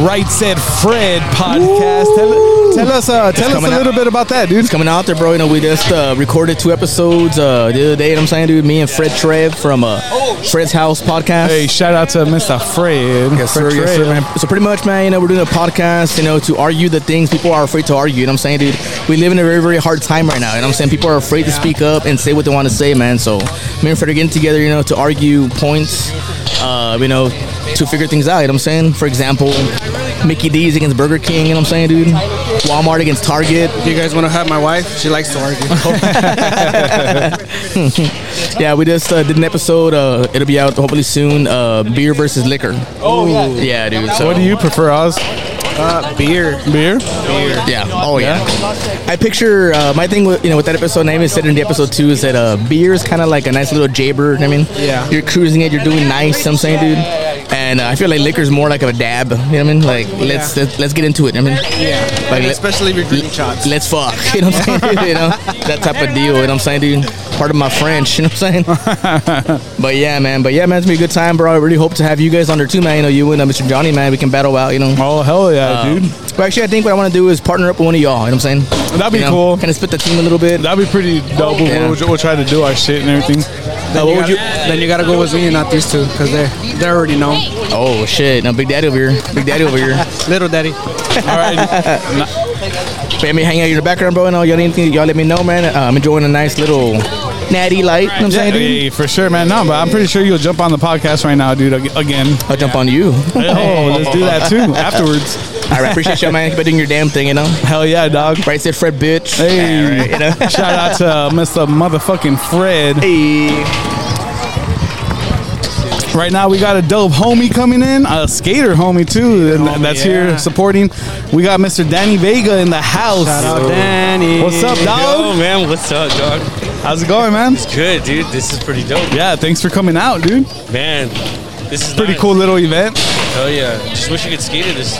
S1: Right Said Fred podcast. Tell, tell us, uh, tell us a
S6: coming out.
S1: little bit about that, dude.
S6: It's coming out there, bro. You know, we just uh, recorded two episodes uh, the other day. You know what I'm saying, dude? Me and Fred Trev from uh, Fred's House podcast.
S1: Oh, Hey, shout out to Mr. Fred.
S6: Yes, sir. Yes, sir, man. So pretty much, man, you know, we're doing a podcast, you know, to argue the things people are afraid to argue. You know what I'm saying, dude? We live in a very, very hard time right now. You know what I'm saying? People are afraid to speak up and say what they want to say, man. So me and Fred are getting together, you know, to argue points, uh, you know, to figure things out. You know what I'm saying? For example, Mickey D's against Burger King. You know what I'm saying, dude? Walmart against Target.
S3: If you guys want to have my wife, she likes to argue.
S6: Yeah, we just uh, did an episode. Uh, it'll be out hopefully soon. Uh, beer versus liquor. Oh yeah, yeah, dude. So
S1: What do you prefer, Oz?
S3: Uh, beer.
S1: Beer?
S6: Yeah. Oh yeah. I picture uh, my thing with you know with that episode name is said in the episode two is that uh, beer is kind of like a nice little jaybird. I mean,
S3: Yeah.
S6: You're cruising it. You're doing nice. I'm saying, dude. And uh, I feel like liquor's more like of a dab. You know what I mean? Like let's let's, let's get into it. I mean, yeah. Like let,
S3: Especially if you're drinking shots.
S6: let's fuck. You know what I'm saying? you know that type of deal. You know what I'm saying, dude? Part of my French. You know what I'm saying? but yeah, man. But yeah, man. It's gonna be a good time, bro. I really hope to have you guys on there too, man. You know, you and uh, Mr. Johnny, man. We can battle out. You know.
S1: Oh hell yeah,
S6: Um,
S1: dude.
S6: But actually, I think what I want to do is partner up with one of y'all. You know what I'm saying?
S1: That'd be
S6: You know,
S1: cool.
S6: Kind of split the team a little bit.
S1: That'd be pretty dope. if
S6: Yeah.
S1: We'll, we'll try to do our shit and everything. Uh,
S3: Then, you gotta, then you gotta go with me and not these two, because they're, they already know.
S6: Oh shit! Now Big Daddy over here. Big Daddy over here.
S3: Little Daddy.
S1: All right.
S6: But I mean, Uh, hang out in the background, bro. And all y'all anything, y'all let me know, man. Uh, I'm enjoying a nice little natty light. You know what I'm
S1: Yeah,
S6: saying, dude?
S1: hey, for sure, man. No, but I'm pretty sure you'll jump on the podcast right now, dude. ag- Again.
S6: I'll jump on you. all
S1: Oh, let's do that too afterwards.
S6: right, appreciate y'all, man. Keep on doing your damn thing, you know.
S1: Hell yeah, dog.
S6: Right, said Fred, bitch.
S1: Hey.
S6: Yeah, right, you know.
S1: Shout out to Mr. Motherfucking Fred.
S6: Hey.
S1: Right now, we got a dope homie coming in, a skater homie too, and
S3: homie,
S1: that's
S3: yeah.
S1: here supporting. We got Mr. Danny Vega in the house.
S3: Shout out Danny.
S1: What's up,
S8: Yo,
S1: dog?
S8: man, what's up, dog?
S1: How's it going, man?
S8: Good, dude. This is pretty dope,
S1: Yeah, thanks for coming out, dude.
S8: man. This is
S1: Pretty
S8: nice.
S1: cool little event.
S8: Hell yeah! Just wish you could skate it. There's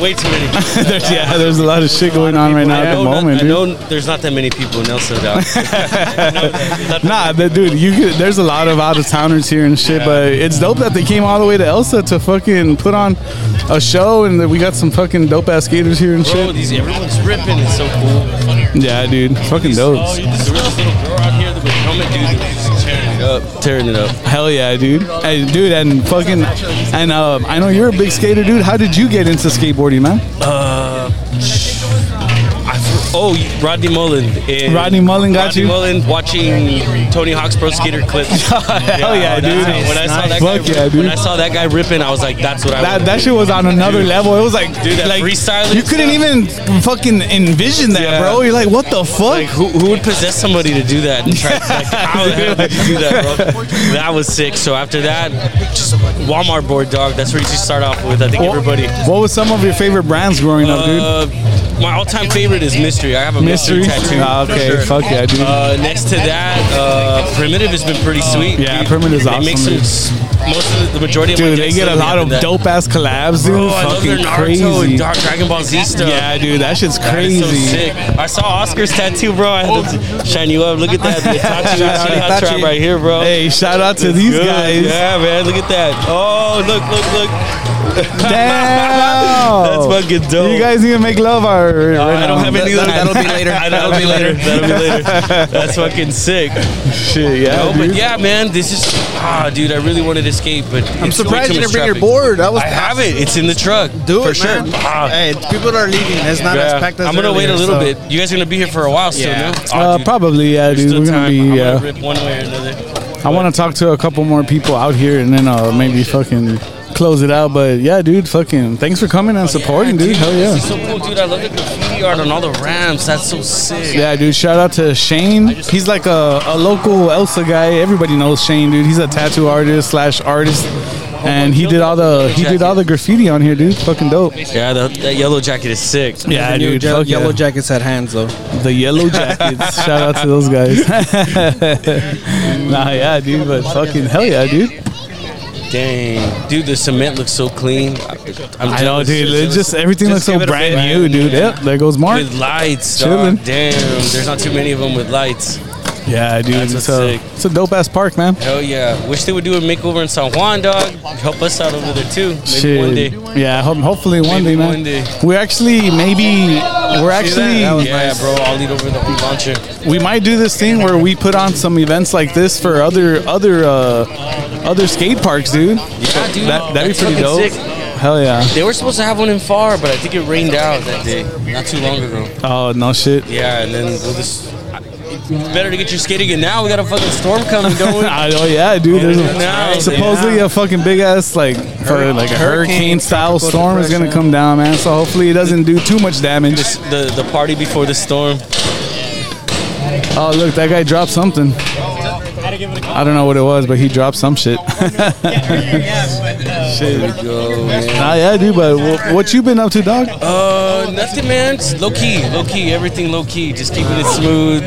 S8: way too many. People
S1: there's, yeah, there's a lot of shit going on right now
S8: I
S1: at
S8: know
S1: the
S8: not-
S1: moment,
S8: I
S1: dude.
S8: know there's not that many people in El Salvador.
S1: Nah, the, dude, you could, there's a lot of out of towners here and shit, but it's dope that they came all the way to Elsa to fucking put on a show, and that we got some fucking dope ass skaters here and
S8: Bro,
S1: shit.
S8: these everyone's ripping. It's so cool.
S1: Yeah, dude, fucking
S8: Oh,
S1: dope.
S8: there's a rich little girl out here that was coming, dude. that was just Tearing it up, tearing it up.
S1: Hell yeah, dude, hey, dude, and fucking, and um, I know you're a big skater, dude. How did you get into skateboarding, man?
S8: Uh, I fr- oh, you- Rodney Mullen. and-
S1: Rodney Mullen got
S8: Rodney
S1: you?
S8: Mullen watching Tony Hawk's Pro Skater clips.
S1: Hell yeah,
S8: that's
S1: dude.
S8: how- When I saw that guy,
S1: Fuck yeah,
S8: when
S1: dude.
S8: I saw that guy ripping, I was like, that's what I
S1: That,
S8: want.
S1: that shit was on another level. It was like,
S8: Dude, that
S1: like
S8: freestyling
S1: You couldn't even fucking envision that,
S8: Yeah.
S1: bro. You're like, what the fuck?
S8: Like who, who would possess somebody to do that? And try, like, how the hell did you do that, bro? That was sick. So after that, just Walmart board dog. That's where you should start off with. I think everybody.
S1: What was some of your favorite brands growing up, dude?
S8: Uh, my all-time favorite is Mystery. I have a Mystery,
S1: Mystery.
S8: tattoo.
S1: Ah, okay,
S8: for
S1: fuck yeah, dude. Oh,
S8: Uh, next to that, uh, Primitive has been pretty sweet.
S1: Yeah,
S8: dude.
S1: Primitive is
S8: They
S1: awesome,
S8: Make some,
S1: dude.
S8: s- most of the, the majority of my
S1: Dude, they
S8: gigs
S1: get a
S8: lately have
S1: lot of
S8: been that.
S1: dope ass collabs, dude.
S8: Oh, I love their
S1: Fucking
S8: Naruto
S1: crazy.
S8: and Dark Dragon Ball Z stuff.
S1: Yeah, dude, that shit's
S8: That is
S1: crazy. Oh.
S8: so sick. I saw Oscar's tattoo, bro. I had to shine you up. Look at that. The tattoo,
S1: Shout out
S8: shiny
S1: to
S8: hot
S1: Itachi.
S8: trap right here, bro.
S1: Hey, shout out to
S8: It's
S1: these
S8: good.
S1: guys.
S8: Yeah, man. Look at that. Oh, look, look, look.
S1: Damn.
S8: That's fucking dope.
S1: You guys need to make love our.
S8: Uh,
S1: right
S8: I don't
S1: now.
S8: have any.
S3: That'll be later.
S8: That'll be later. That'll be later. That's fucking sick.
S1: shit. Yeah,
S8: No,
S1: dude.
S8: but yeah, man. This is ah, dude. I really wanted to skate, but
S3: I'm
S8: it's way
S3: surprised
S8: too
S3: you
S8: much
S3: didn't bring your
S8: traffic.
S3: board. That was
S8: I have it. It's in the truck.
S3: Do
S8: for
S3: it,
S8: sure.
S3: man.
S8: Ah,
S3: Hey, people are leaving. It's not
S8: yeah.
S3: as packed as
S8: I'm gonna wait a
S3: earlier,
S8: little
S3: so-
S8: bit. You guys are gonna be here for a while still,
S3: Yeah.
S8: no? Ah,
S1: Uh,
S8: dude,
S1: probably, yeah,
S8: there's
S1: dude.
S8: still
S1: We're gonna
S8: time.
S1: be. uh,
S8: I'm
S1: Yeah,
S8: gonna rip one way or another.
S1: I want to talk to a couple more people out here, and then uh, maybe fucking close it out. But yeah, dude, fucking thanks for coming and supporting, dude. Hell yeah.
S8: This is so cool, dude. I love the graffiti art on all the ramps. That's so sick.
S1: Yeah, dude. Shout out to Shane. He's like a, a local Elsa guy. Everybody knows Shane, dude. He's a tattoo artist slash artist, and he did all the he did all the graffiti on here, dude. Fucking dope.
S8: Yeah, that, that yellow jacket is sick.
S1: Yeah,
S3: New
S1: dude.
S3: Je-
S1: fuck yeah.
S3: Yellow Jackets had hands though.
S1: the Yellow Jackets. Shout out to those guys. nah, yeah, dude. But fucking hell yeah, dude.
S8: Dang, dude, the cement looks so clean. I'm
S1: I know,
S8: jealous.
S1: dude. It just everything looks so brand new, dude. Yep, there goes Mark.
S8: with lights.
S1: Chilling.
S8: Dog. Damn, there's not too many of them with lights.
S1: Yeah, dude.
S8: That's
S1: It's
S8: what's
S1: a,
S8: sick.
S1: it's a dope ass park, man.
S8: Hell yeah! Wish they would do a makeover in San Juan, dog. Help us out over there too. Maybe
S1: Shit.
S8: one day.
S1: Yeah, ho- hopefully one
S8: Maybe
S1: day, man.
S8: one day.
S1: We're actually maybe we're actually
S3: That was
S8: yeah,
S3: nice.
S8: bro. I'll lead over the whole launcher.
S1: we might do this thing where we put on some events like this for other other uh, other skate parks, dude.
S8: Yeah, dude.
S1: That that'd be
S8: That's fucking
S1: pretty dope.
S8: sick.
S1: Hell yeah!
S8: They were supposed to have one in Far, but I think it rained out that day, not too long ago.
S1: Oh no shit!
S8: Yeah, and then we'll just. It's better to get your skating in now. We got a fucking storm coming going.
S1: I- oh yeah, dude. There's a,
S8: Now,
S1: supposedly a fucking big ass like for like a hurricane style
S3: tropical
S1: storm is gonna
S3: depression.
S1: come down, man. So hopefully it doesn't do too much damage.
S8: the the party before the storm.
S1: Oh look, that guy dropped something. I don't know what it was, but he dropped some shit. shit.
S8: Yo,
S1: Nah, yeah, dude. But wh- what you been up to, dog?
S8: Uh, nothing, man. Just Low key, low key, everything low key. Just keeping it smooth.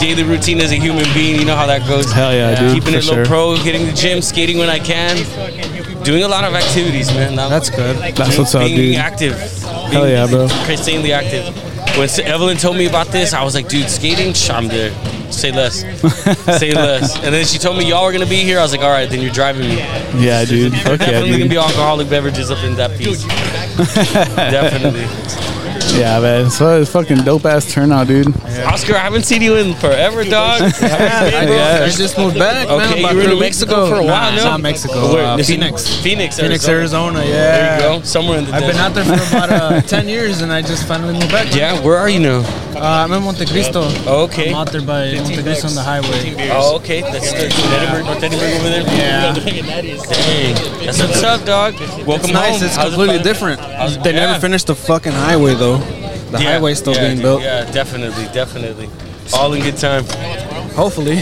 S8: Daily routine as a human being, you know how that goes.
S1: Hell yeah, dude,
S8: Keeping
S1: for
S8: it low
S1: sure.
S8: pro, hitting the gym, skating when I can, doing a lot of activities, man. Not-
S3: That's good.
S1: That's what's up,
S8: being
S1: dude.
S8: active.
S1: Hell yeah, bro.
S8: Insanely active. When S- Evelyn told me about this, I was like, dude, skating, sh- I'm there. Say less. Say less. And then she told me y'all were gonna be here. I was like, all right, then you're driving me.
S1: Yeah, dude.
S8: There
S1: Fuck yeah,
S8: definitely gonna
S1: dude.
S8: be alcoholic beverages up in that piece. definitely.
S1: Yeah, man. It's, fu- it's fucking dope ass turnout, dude.
S8: Oscar, I haven't seen you in forever, dog.
S9: I just moved back. man,
S8: Okay,
S9: about
S8: you were in
S9: three weeks
S8: Mexico
S9: ago.
S8: for a
S9: Nah,
S8: while, no?
S9: Not Mexico.
S8: Where?
S9: uh,
S8: This is-
S9: Phoenix.
S8: Phoenix,
S9: Phoenix,
S8: Arizona.
S9: Arizona. Yeah.
S8: There you go. Somewhere in the
S9: I've been
S8: desert.
S9: out there for about uh, 10 years and I just finally moved back.
S8: Yeah, where are you now?
S9: Uh, I'm in Monte Cristo.
S8: Okay.
S9: I'm out there by Monte Cristo on the highway.
S8: Oh, okay. That's good. Edinburgh, North Edinburgh over there.
S9: Yeah.
S8: Dang. That's what's up, dog. Welcome
S9: It's nice.
S8: home.
S9: It's
S8: How's it
S9: completely
S8: fun?
S9: different.
S8: How's-
S3: They
S8: yeah.
S3: never finished the fucking highway though. The
S8: Yeah,
S3: highway's still
S8: yeah,
S3: being
S8: dude,
S3: built.
S8: Yeah, definitely, definitely. All in good time.
S3: Hopefully.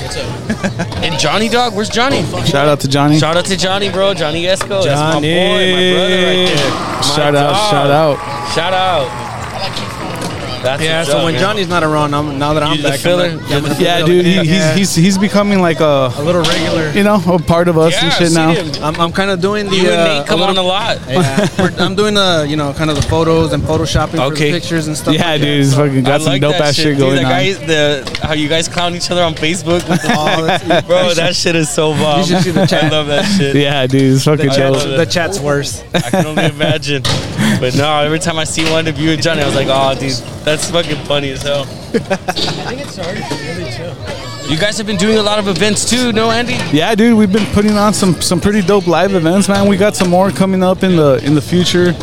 S8: And Johnny, dog, where's Johnny?
S1: Shout out to Johnny.
S8: Shout out to Johnny, bro. Johnny Esco. That's my boy, my brother right there. My
S1: Shout out,
S8: dog.
S1: shout out.
S8: Shout out. That's
S9: Yeah,
S8: what's
S9: so
S8: up,
S9: when
S8: man.
S3: Johnny's not around. I'm, now that I'm
S8: You the
S3: back,
S8: filler?
S3: I'm, like, I'm gonna
S1: Yeah,
S3: feel
S1: dude,
S3: it.
S1: he,
S3: Yeah.
S1: he's, he's he's becoming like
S9: A
S1: a
S9: little regular.
S1: you know a part of us
S8: yeah,
S1: and
S8: I've
S1: shit
S8: seen
S1: now.
S8: him.
S3: I'm, I'm kind of doing the.
S8: You
S3: uh,
S8: and Nate come
S3: a
S8: on
S3: little-
S8: a lot.
S3: Yeah. We're- I'm doing the you know kind of the photos and photoshopping for
S8: Okay.
S3: the pictures and stuff.
S1: Yeah,
S3: like
S1: dude, he's fucking got
S8: I
S1: some
S8: like
S1: dope
S8: that
S1: ass shit
S8: dude.
S1: going
S8: the
S1: on.
S8: guys- the- how you guys clown each other on Facebook, with
S3: That.
S8: the-
S3: Oh, that's-
S8: bro. That shit is so bomb.
S3: You should see the
S8: I
S3: chat.
S8: love that shit.
S1: Yeah, dude, it's fucking
S8: I love
S1: dope.
S8: it.
S3: the chat's worse.
S8: I can only imagine. But no, every time I see one of you and Johnny, I was like, oh, dude, that's fucking funny as hell. I think it's already really chill. You guys have been doing a lot of events too, no, Andy?
S1: Yeah, dude, we've been putting on some some pretty dope live events, man. We got some more coming up in the in the future.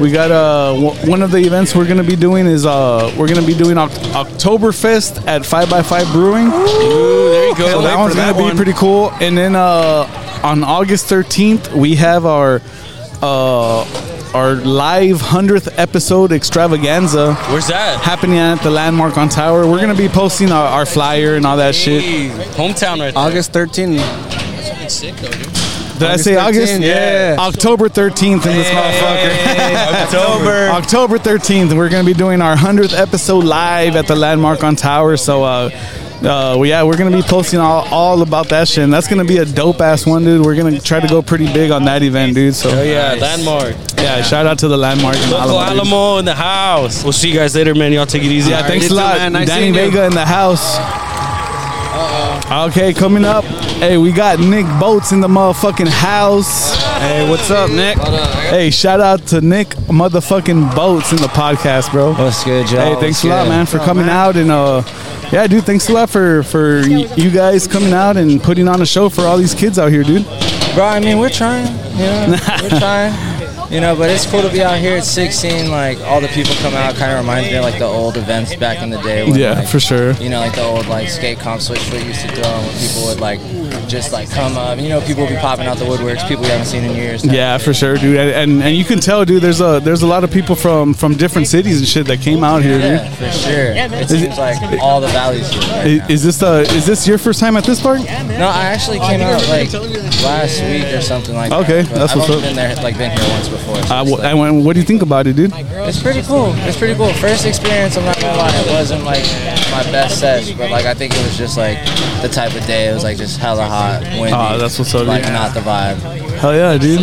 S1: We got uh w- one of the events we're gonna be doing is uh we're gonna be doing Oc- Oktoberfest at Five by Five Brewing.
S8: Ooh, there you go.
S1: So that one's gonna be pretty cool. And then uh, on August 13th, we have our uh, our live hundredth episode extravaganza
S8: Where's that?
S1: happening at the Landmark on Tower. We're gonna be posting our, our flyer and all that shit.
S8: Hey, hometown right there.
S3: August 13th.
S1: Did I say August?
S3: 13th, yeah.
S1: October 13th in this motherfucker.
S8: October.
S1: October 13th, we're gonna be doing our hundredth episode live at the Landmark on Tower. So. Uh, uh, well, yeah, we're gonna be posting all, all about that shit, and that's gonna be a dope ass one, dude. We're gonna try to go pretty big on that event, dude. So
S8: Oh yeah, landmark.
S1: Yeah, shout out to the landmark in
S8: Local
S1: Alamo. dude.
S8: Alamo in the house. We'll see you guys later, man. Y'all take it easy.
S1: Yeah, thanks a
S3: you too,
S1: lot.
S3: man. Nice
S1: Danny
S3: seeing you.
S1: Vega in the house. Okay, coming up, hey, we got Nick Boats in the motherfucking house.
S3: Hey, what's up, Nick?
S10: uh,
S1: Hey, shout out to Nick motherfucking Boats in the podcast, bro.
S10: What's good, y'all?
S1: Hey, thanks a lot, man, for coming out and uh, yeah, dude, thanks a lot for for y- you guys coming out and putting on a show for all these kids out here, dude.
S10: Bro, I mean, we're trying. You know, we're trying. You know, but it's cool to be out here at 16. Like, all the people come out kind of reminds me of, like, the old events back in the day. When, like,
S1: sure.
S10: You know, like the old like skate comp switch we used to throw, and when people would like just like come up. You know, people would be popping out the woodworks. People we haven't seen in years.
S1: Yeah, for sure, dude. And, and and you can tell, dude. There's a there's a lot of people from from different cities and shit that came out here, dude.
S10: Yeah, for sure. It seems like all the valleys. Here right
S1: I- Is this uh is this your first time at this park?
S10: No, I actually came out like last week or something like
S1: Okay,
S10: that. but
S1: that's
S10: I've
S1: what's
S10: only
S1: up.
S10: Been there, like been here once before. so
S1: I,
S10: it's,
S1: w-
S10: like-
S1: I went, what do you think about it, dude?
S10: it's pretty cool. It's pretty cool. First experience, I'm not gonna lie, it wasn't like my best sets, but like I think it was just like the type of day. It was like just hella hot, windy.
S1: Ah, that's what's up,
S10: Like
S1: yeah.
S10: not the vibe.
S1: Hell yeah, dude.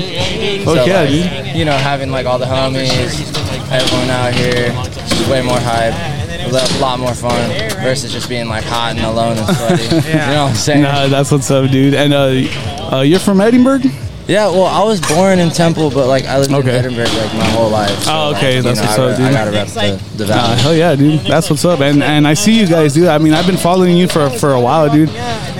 S10: So,
S1: Fuck yeah,
S10: like,
S1: dude.
S10: You know, having like all the homies, everyone out here, it's just way more hype. A lo- lot more fun versus just being like hot and alone and sweaty. You know what I'm saying?
S1: Nah, that's what's up, dude. And uh, uh, you're from Edinburgh?
S10: Yeah, well, I was born in Temple, but like I lived
S1: Okay.
S10: in Edinburgh like my whole life. So,
S1: Oh,
S10: like,
S1: okay,
S10: you
S1: that's
S10: know,
S1: what's
S10: I,
S1: up,
S10: re- I
S1: dude.
S10: gotta rep the, the
S1: Uh,
S10: valley.
S1: hell yeah, dude. That's what's up. And and I see you guys, dude. I mean, I've been following you for for a while, dude.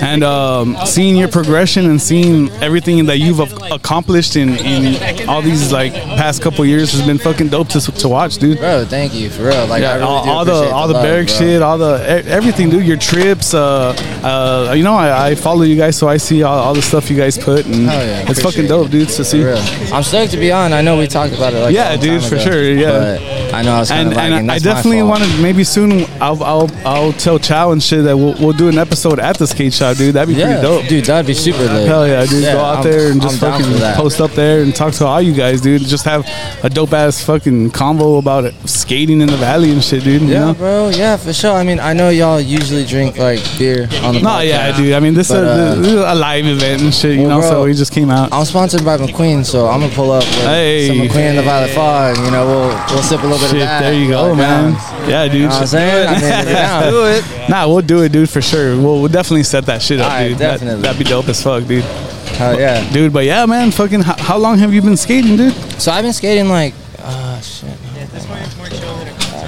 S1: And um, seeing your progression and seeing everything that you've ac- accomplished in, in all these like past couple years has been fucking dope to, s- to watch, dude.
S10: Bro, thank you for real. Like I
S1: Yeah,
S10: really
S1: all,
S10: do
S1: all the
S10: appreciate
S1: all the,
S10: love,
S1: barrack
S10: bro.
S1: shit, all the e- everything, dude. Your trips, uh, uh, you know, I, I follow you guys, so I see all, all the stuff you guys put, and
S10: Hell yeah,
S1: it's fucking
S10: appreciate
S1: dope, dude. To see,
S10: For real. I'm stoked to be on. I know we talked about it. Like
S1: Yeah,
S10: a long
S1: dude,
S10: time
S1: for
S10: ago,
S1: sure, yeah.
S10: But I know I was kind
S1: and,
S10: of lagging.
S1: and I
S10: That's my
S1: definitely
S10: fault.
S1: want to maybe soon. I'll, I'll I'll tell Chow and shit that we'll, we'll do an episode at the skate shop, dude. That'd be
S10: Yeah,
S1: pretty dope.
S10: dude, that'd be super lit.
S1: Hell yeah, dude!
S10: Yeah,
S1: Go out
S10: I'm-
S1: there and
S10: I'm
S1: just
S10: down for
S1: fucking
S10: that.
S1: post up there and talk to all you guys, dude. Just have a dope ass fucking convo about it, skating in the valley and shit, dude.
S10: Yeah,
S1: You know?
S10: bro. Yeah, for sure. I mean, I know y'all usually drink like beer on the.
S1: No,
S10: podcast.
S1: yeah, dude. I mean, this,
S10: But,
S1: is,
S10: uh,
S1: this is a live event and shit, you
S10: Well,
S1: know. so
S10: bro,
S1: we just came out.
S10: I'm sponsored by McQueen, so I'm gonna pull up with
S1: Hey.
S10: some McQueen and the Violet Fog. You know, we'll we'll sip a little bit
S1: Shit,
S10: of that.
S1: there you go,
S10: Like,
S1: man.
S10: uh,
S1: Yeah, dude.
S10: You know what I'm saying? I mean, if you're down.
S3: Do it.
S1: Nah, we'll do it, dude, for sure. We'll, we'll definitely set that shit up,
S10: Alright,
S1: dude. That,
S10: definitely.
S1: that'd be dope as fuck, dude.
S10: Hell yeah.
S1: Dude, but yeah, man, fucking, how, how long have you been skating, dude?
S10: So I've been skating like, ah, shit.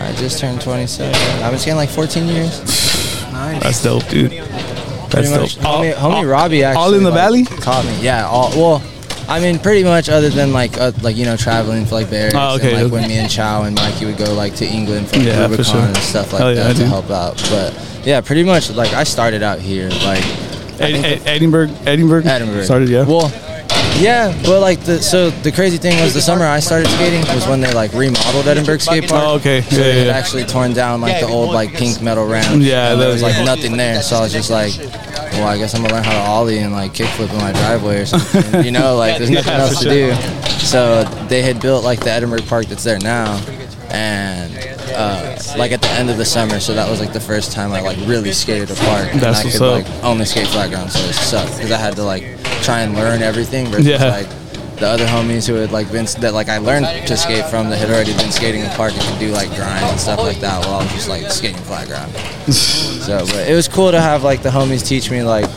S10: I just turned 20, so I've been skating like 14 years. nice.
S1: That's dope, dude. That's
S10: Pretty much.
S1: dope. All-
S10: homie, homie Robbie actually.
S1: all in the
S10: like,
S1: valley?
S10: Taught me. Yeah. All, well, I mean, pretty much other than like, uh, like you know, traveling for like bears.
S1: Oh,
S10: And,
S1: okay,
S10: like
S1: okay.
S10: when me and Chow and Mikey would go like to England for like,
S1: Yeah, for
S10: Rubicon
S1: sure.
S10: and stuff like
S1: Hell yeah,
S10: that to
S1: dude.
S10: help out. But yeah, pretty much like I started out here. Like,
S1: Ed- Ed- Edinburgh, Edinburgh,
S10: Edinburgh.
S1: started. Yeah.
S10: Well, yeah, but like the so the crazy thing was the summer I started skating was when they like remodeled Edinburgh Skate Park.
S1: Oh, okay.
S10: So
S1: Yeah,
S10: they had
S1: yeah, yeah.
S10: actually torn down like the old like pink metal ramp.
S1: Yeah,
S10: and
S1: that-
S10: there was like nothing there. So I was just like, well, I guess I'm gonna learn how to ollie and like kickflip in my driveway or something. You know, like there's
S1: Yeah,
S10: nothing
S1: for
S10: else to
S1: sure.
S10: do. So they had built like the Edinburgh Park that's there now, and uh, like at the end of the summer. So that was like the first time I like really skated a park. and
S1: That's
S10: I
S1: what's
S10: could,
S1: up.
S10: Like, only skate flat ground, so it sucked because I had to like try and learn everything versus
S1: Yeah.
S10: like the other homies who had like been that like I learned to skate from that had already been skating in the park and could do like grind and stuff like that while I was just like skating flat ground. so but it was cool to have like the homies teach me like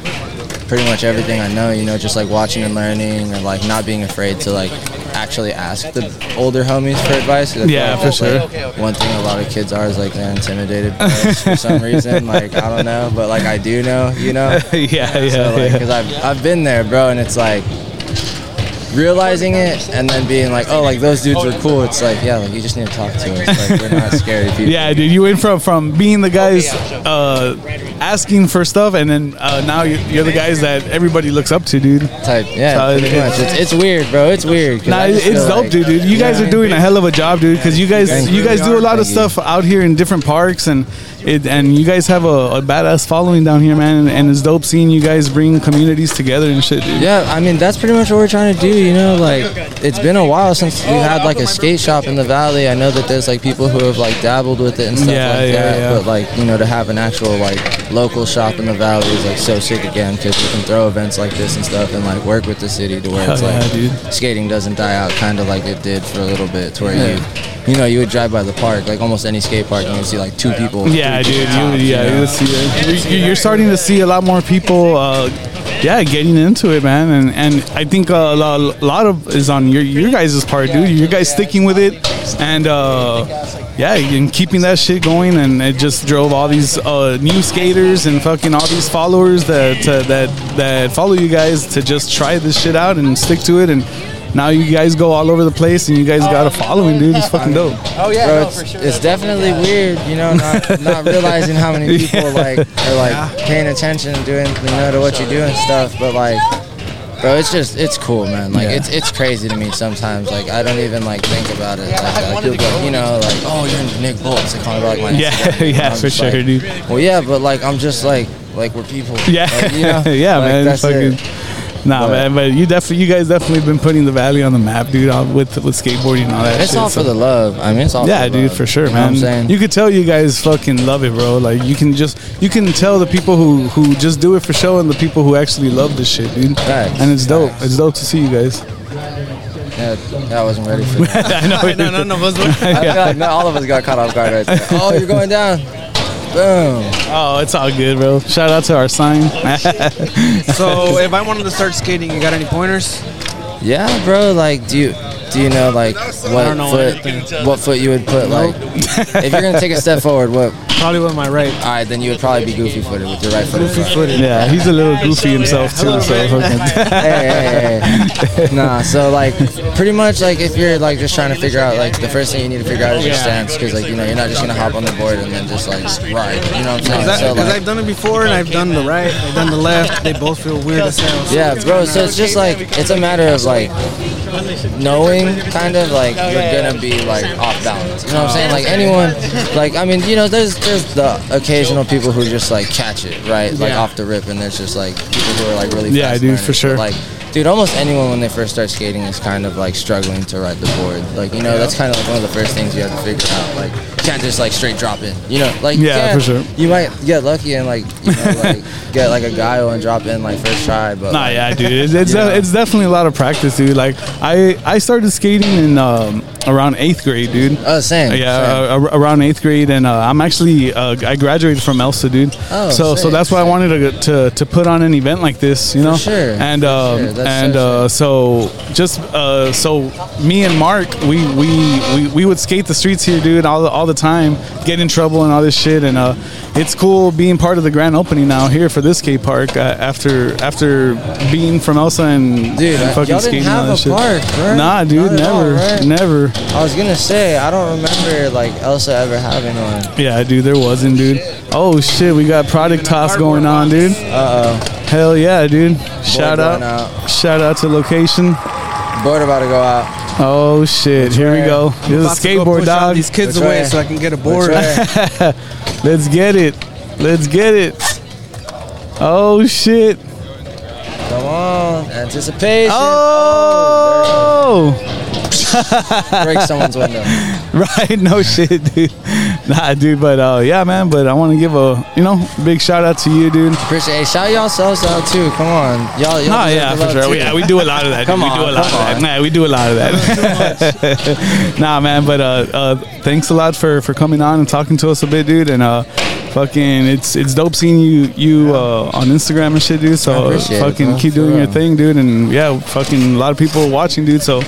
S10: pretty much everything I know, you know, just like watching and learning and like not being afraid to like actually ask the older homies for advice. 'cause I feel
S1: Yeah,
S10: like
S1: for
S10: that's, like,
S1: sure.
S10: one thing a lot of kids are is like they're intimidated by us for some reason. Like I don't know, but like I do know, you know.
S1: yeah, yeah,
S10: So, like,
S1: yeah.
S10: Cause I've I've been there, bro, and it's like realizing it and then being like, oh, like those dudes were cool. It's like, yeah, like you just need to talk to us. Like we're not scary people.
S1: Yeah, dude, you went from from being the guys uh, asking for stuff, and then uh, now you- you're the guys that everybody looks up to, dude.
S10: Type. Yeah.
S1: So
S10: pretty
S1: it-
S10: much. It's, it's weird, bro. It's weird. 'cause
S1: Nah,
S10: I
S1: it's
S10: just
S1: it's
S10: feel
S1: dope,
S10: like-
S1: dude, dude. You
S10: know what
S1: guys
S10: I
S1: are
S10: mean?
S1: doing a hell of a job, dude. Because you guys,
S10: Thank
S1: you
S10: you.
S1: guys do a lot of
S10: Thank you.
S1: stuff out here in different parks, and it, and you guys have a, a badass following down here, man. And, and it's dope seeing you guys bring communities together and shit, dude.
S10: Yeah, I mean that's pretty much what we're trying to do. You know, like it's been a while since we had like a skate shop in the valley. I know that there's like people who have like dabbled with it and stuff
S1: Yeah,
S10: like
S1: yeah,
S10: that.
S1: yeah.
S10: But like you know, to have an actual like local shop in the valley is like so sick again because we can throw events like this and stuff and like work with the city to where it's
S1: Hell yeah,
S10: like
S1: dude.
S10: skating doesn't die out, kind of like it did for a little bit, to where you. You know, you would drive by the park, like almost any skate park, and you would see like two people.
S1: Yeah, dude. You, yeah, you see it. You- You're starting to see a lot more people. Uh, yeah, getting into it, man, and and I think uh, a lo- lot of is on your your guys' part, dude. You guys sticking with it, and uh, yeah, and keeping that shit going, and it just drove all these uh, new skaters and fucking all these followers that uh, that that follow you guys to just try this shit out and stick to it, and now you guys go all over the place, and you guys got a following, dude. It's fucking dope.
S10: Oh yeah, Bro, it's, it's definitely weird, you know, not, not realizing how many people like are like paying attention and doing you know to what you do and stuff. But like, bro, it's just it's cool, man. Like it's it's crazy to me sometimes. Like I don't even like think about it. Like, like people, go, you know, like oh you're Nick Bolt. It's kind of like my
S1: Yeah,
S10: Instagram, you know,
S1: yeah,
S10: I'm
S1: for
S10: just
S1: sure,
S10: like,
S1: dude.
S10: Well, yeah, but like I'm just like like we're people.
S1: Yeah,
S10: Like, you know?
S1: yeah,
S10: Like,
S1: man.
S10: That's
S1: fucking,
S10: it.
S1: Nah,
S10: But-
S1: man, but you definitely, you guys definitely been putting the valley on the map, dude, uh, with with skateboarding and all that.
S10: It's
S1: shit,
S10: all for
S1: so-
S10: the love. I mean, it's all.
S1: Yeah,
S10: for the
S1: dude,
S10: love.
S1: for sure,
S10: You know what
S1: man.
S10: I'm saying.
S1: You could tell you guys fucking love it, bro. Like you can just, you can tell the people who who just do it for show and the people who actually love this shit, dude.
S10: Facts,
S1: And it's dope. It's dope to see you guys.
S10: Yeah, I wasn't ready for that.
S1: I know.
S9: No, no, no. But
S10: I feel like not all of us got caught off guard right there. Oh, you're going down. Boom. Oh,
S1: Oh, it's all good, bro. Shout out to our sign.
S9: so if I wanted to start skating, you got any pointers?
S10: Yeah, bro. Like, do you do you know like what
S9: know
S10: foot what foot you would put like if you're gonna take a step forward? What?
S9: Probably with my right.
S10: All right, then you would probably be goofy footed with your right foot. in front.
S1: yeah, he's a little goofy himself too. So fucking.
S10: hey, hey, hey, hey. Nah, so like pretty much like if you're like just trying to figure out like the first thing you need to figure out is your stance because like you know you're not just gonna hop on the board and then just like ride. You know what I'm saying?
S9: Because
S10: So, like-
S9: I've done it before, and I've done the right, I've done the left. They both feel weird as hell. So
S10: Yeah, bro. So it's just like it's a matter of like knowing, kind of like you're gonna be like off balance. You know what I'm saying? Like anyone, like I mean, you know, there's there's the occasional people who just like catch it right, like off the rip, and there's just like people who are like really
S1: Yeah,
S10: fast
S1: dude,
S10: learners.
S1: for sure.
S10: But, like, dude, almost anyone when they first start skating is kind of like struggling to ride the board. Like you know, that's kind of like one of the first things you have to figure out. Like you can't just like straight drop in. You know, like
S1: Yeah, for sure.
S10: You might get lucky and like you know like get like a guy and drop in like first try, but
S1: Nah,
S10: like,
S1: yeah, dude. It's it's,
S10: Yeah.
S1: de- it's definitely a lot of practice, dude. Like I I started skating in um, around eighth grade, dude.
S10: Oh, same. same.
S1: Yeah, uh, ar- around eighth grade, and uh, I'm actually uh, I graduated from Elsa, dude.
S10: Oh,
S1: so so
S10: sick,
S1: that's why I
S10: sick.
S1: wanted to, to to put on an event like this, you know.
S10: sure,
S1: And
S10: for
S1: um,
S10: sure, that's
S1: and
S10: so
S1: uh, so just uh, so me and Mark, we we, we we would skate the streets here, dude, all the, all the time, get in trouble and all this shit. And uh, it's cool being part of the grand opening now here for this skate park uh, after after being from Elsa and,
S10: Dude,
S1: and
S10: y'all didn't have a park, right?
S1: Nah, dude,
S10: Not at all,
S1: never,
S10: right?
S1: never.
S10: I was gonna say I don't remember like Elsa ever having one.
S1: Yeah, dude, there wasn't, dude. Oh shit, we got product toss going on, dude. Uh oh. Hell yeah, dude. Shout out.
S10: going
S1: Shout out to location.
S10: Board about to go out.
S1: Oh shit, here we
S10: way?
S1: go.
S10: I'm
S1: This is
S10: about
S1: a
S10: to go
S1: skateboard
S10: push all
S1: dog.
S10: these kids Which away way? so I can get a board. Which way?
S1: Let's get it. Let's get it. Oh shit.
S10: Come on, anticipation.
S1: Oh!
S10: Break someone's window.
S1: right? No shit, dude. Nah, dude, but uh, yeah, man. But I want to give a you know big shout out to you, dude.
S10: Appreciate. Hey, shout yourselves out too. Come on, Oh, y'all. y'all
S1: Nah,
S10: deserve
S1: yeah,
S10: the
S1: for
S10: love,
S1: sure.
S10: too.
S1: We, yeah, we do a lot of that.
S10: Come
S1: dude.
S10: on,
S1: we do a lot of
S10: come
S1: that.
S10: on.
S1: Nah, we do a lot of that. nah, man. But uh, uh, thanks a lot for for coming on and talking to us a bit, dude. And uh, fucking, it's it's dope seeing you you uh, on Instagram and shit, dude.
S10: I
S1: So
S10: appreciate it,
S1: fucking
S10: bro,
S1: keep
S10: for
S1: doing your
S10: real.
S1: thing, dude. And yeah, fucking a lot of people watching, dude. So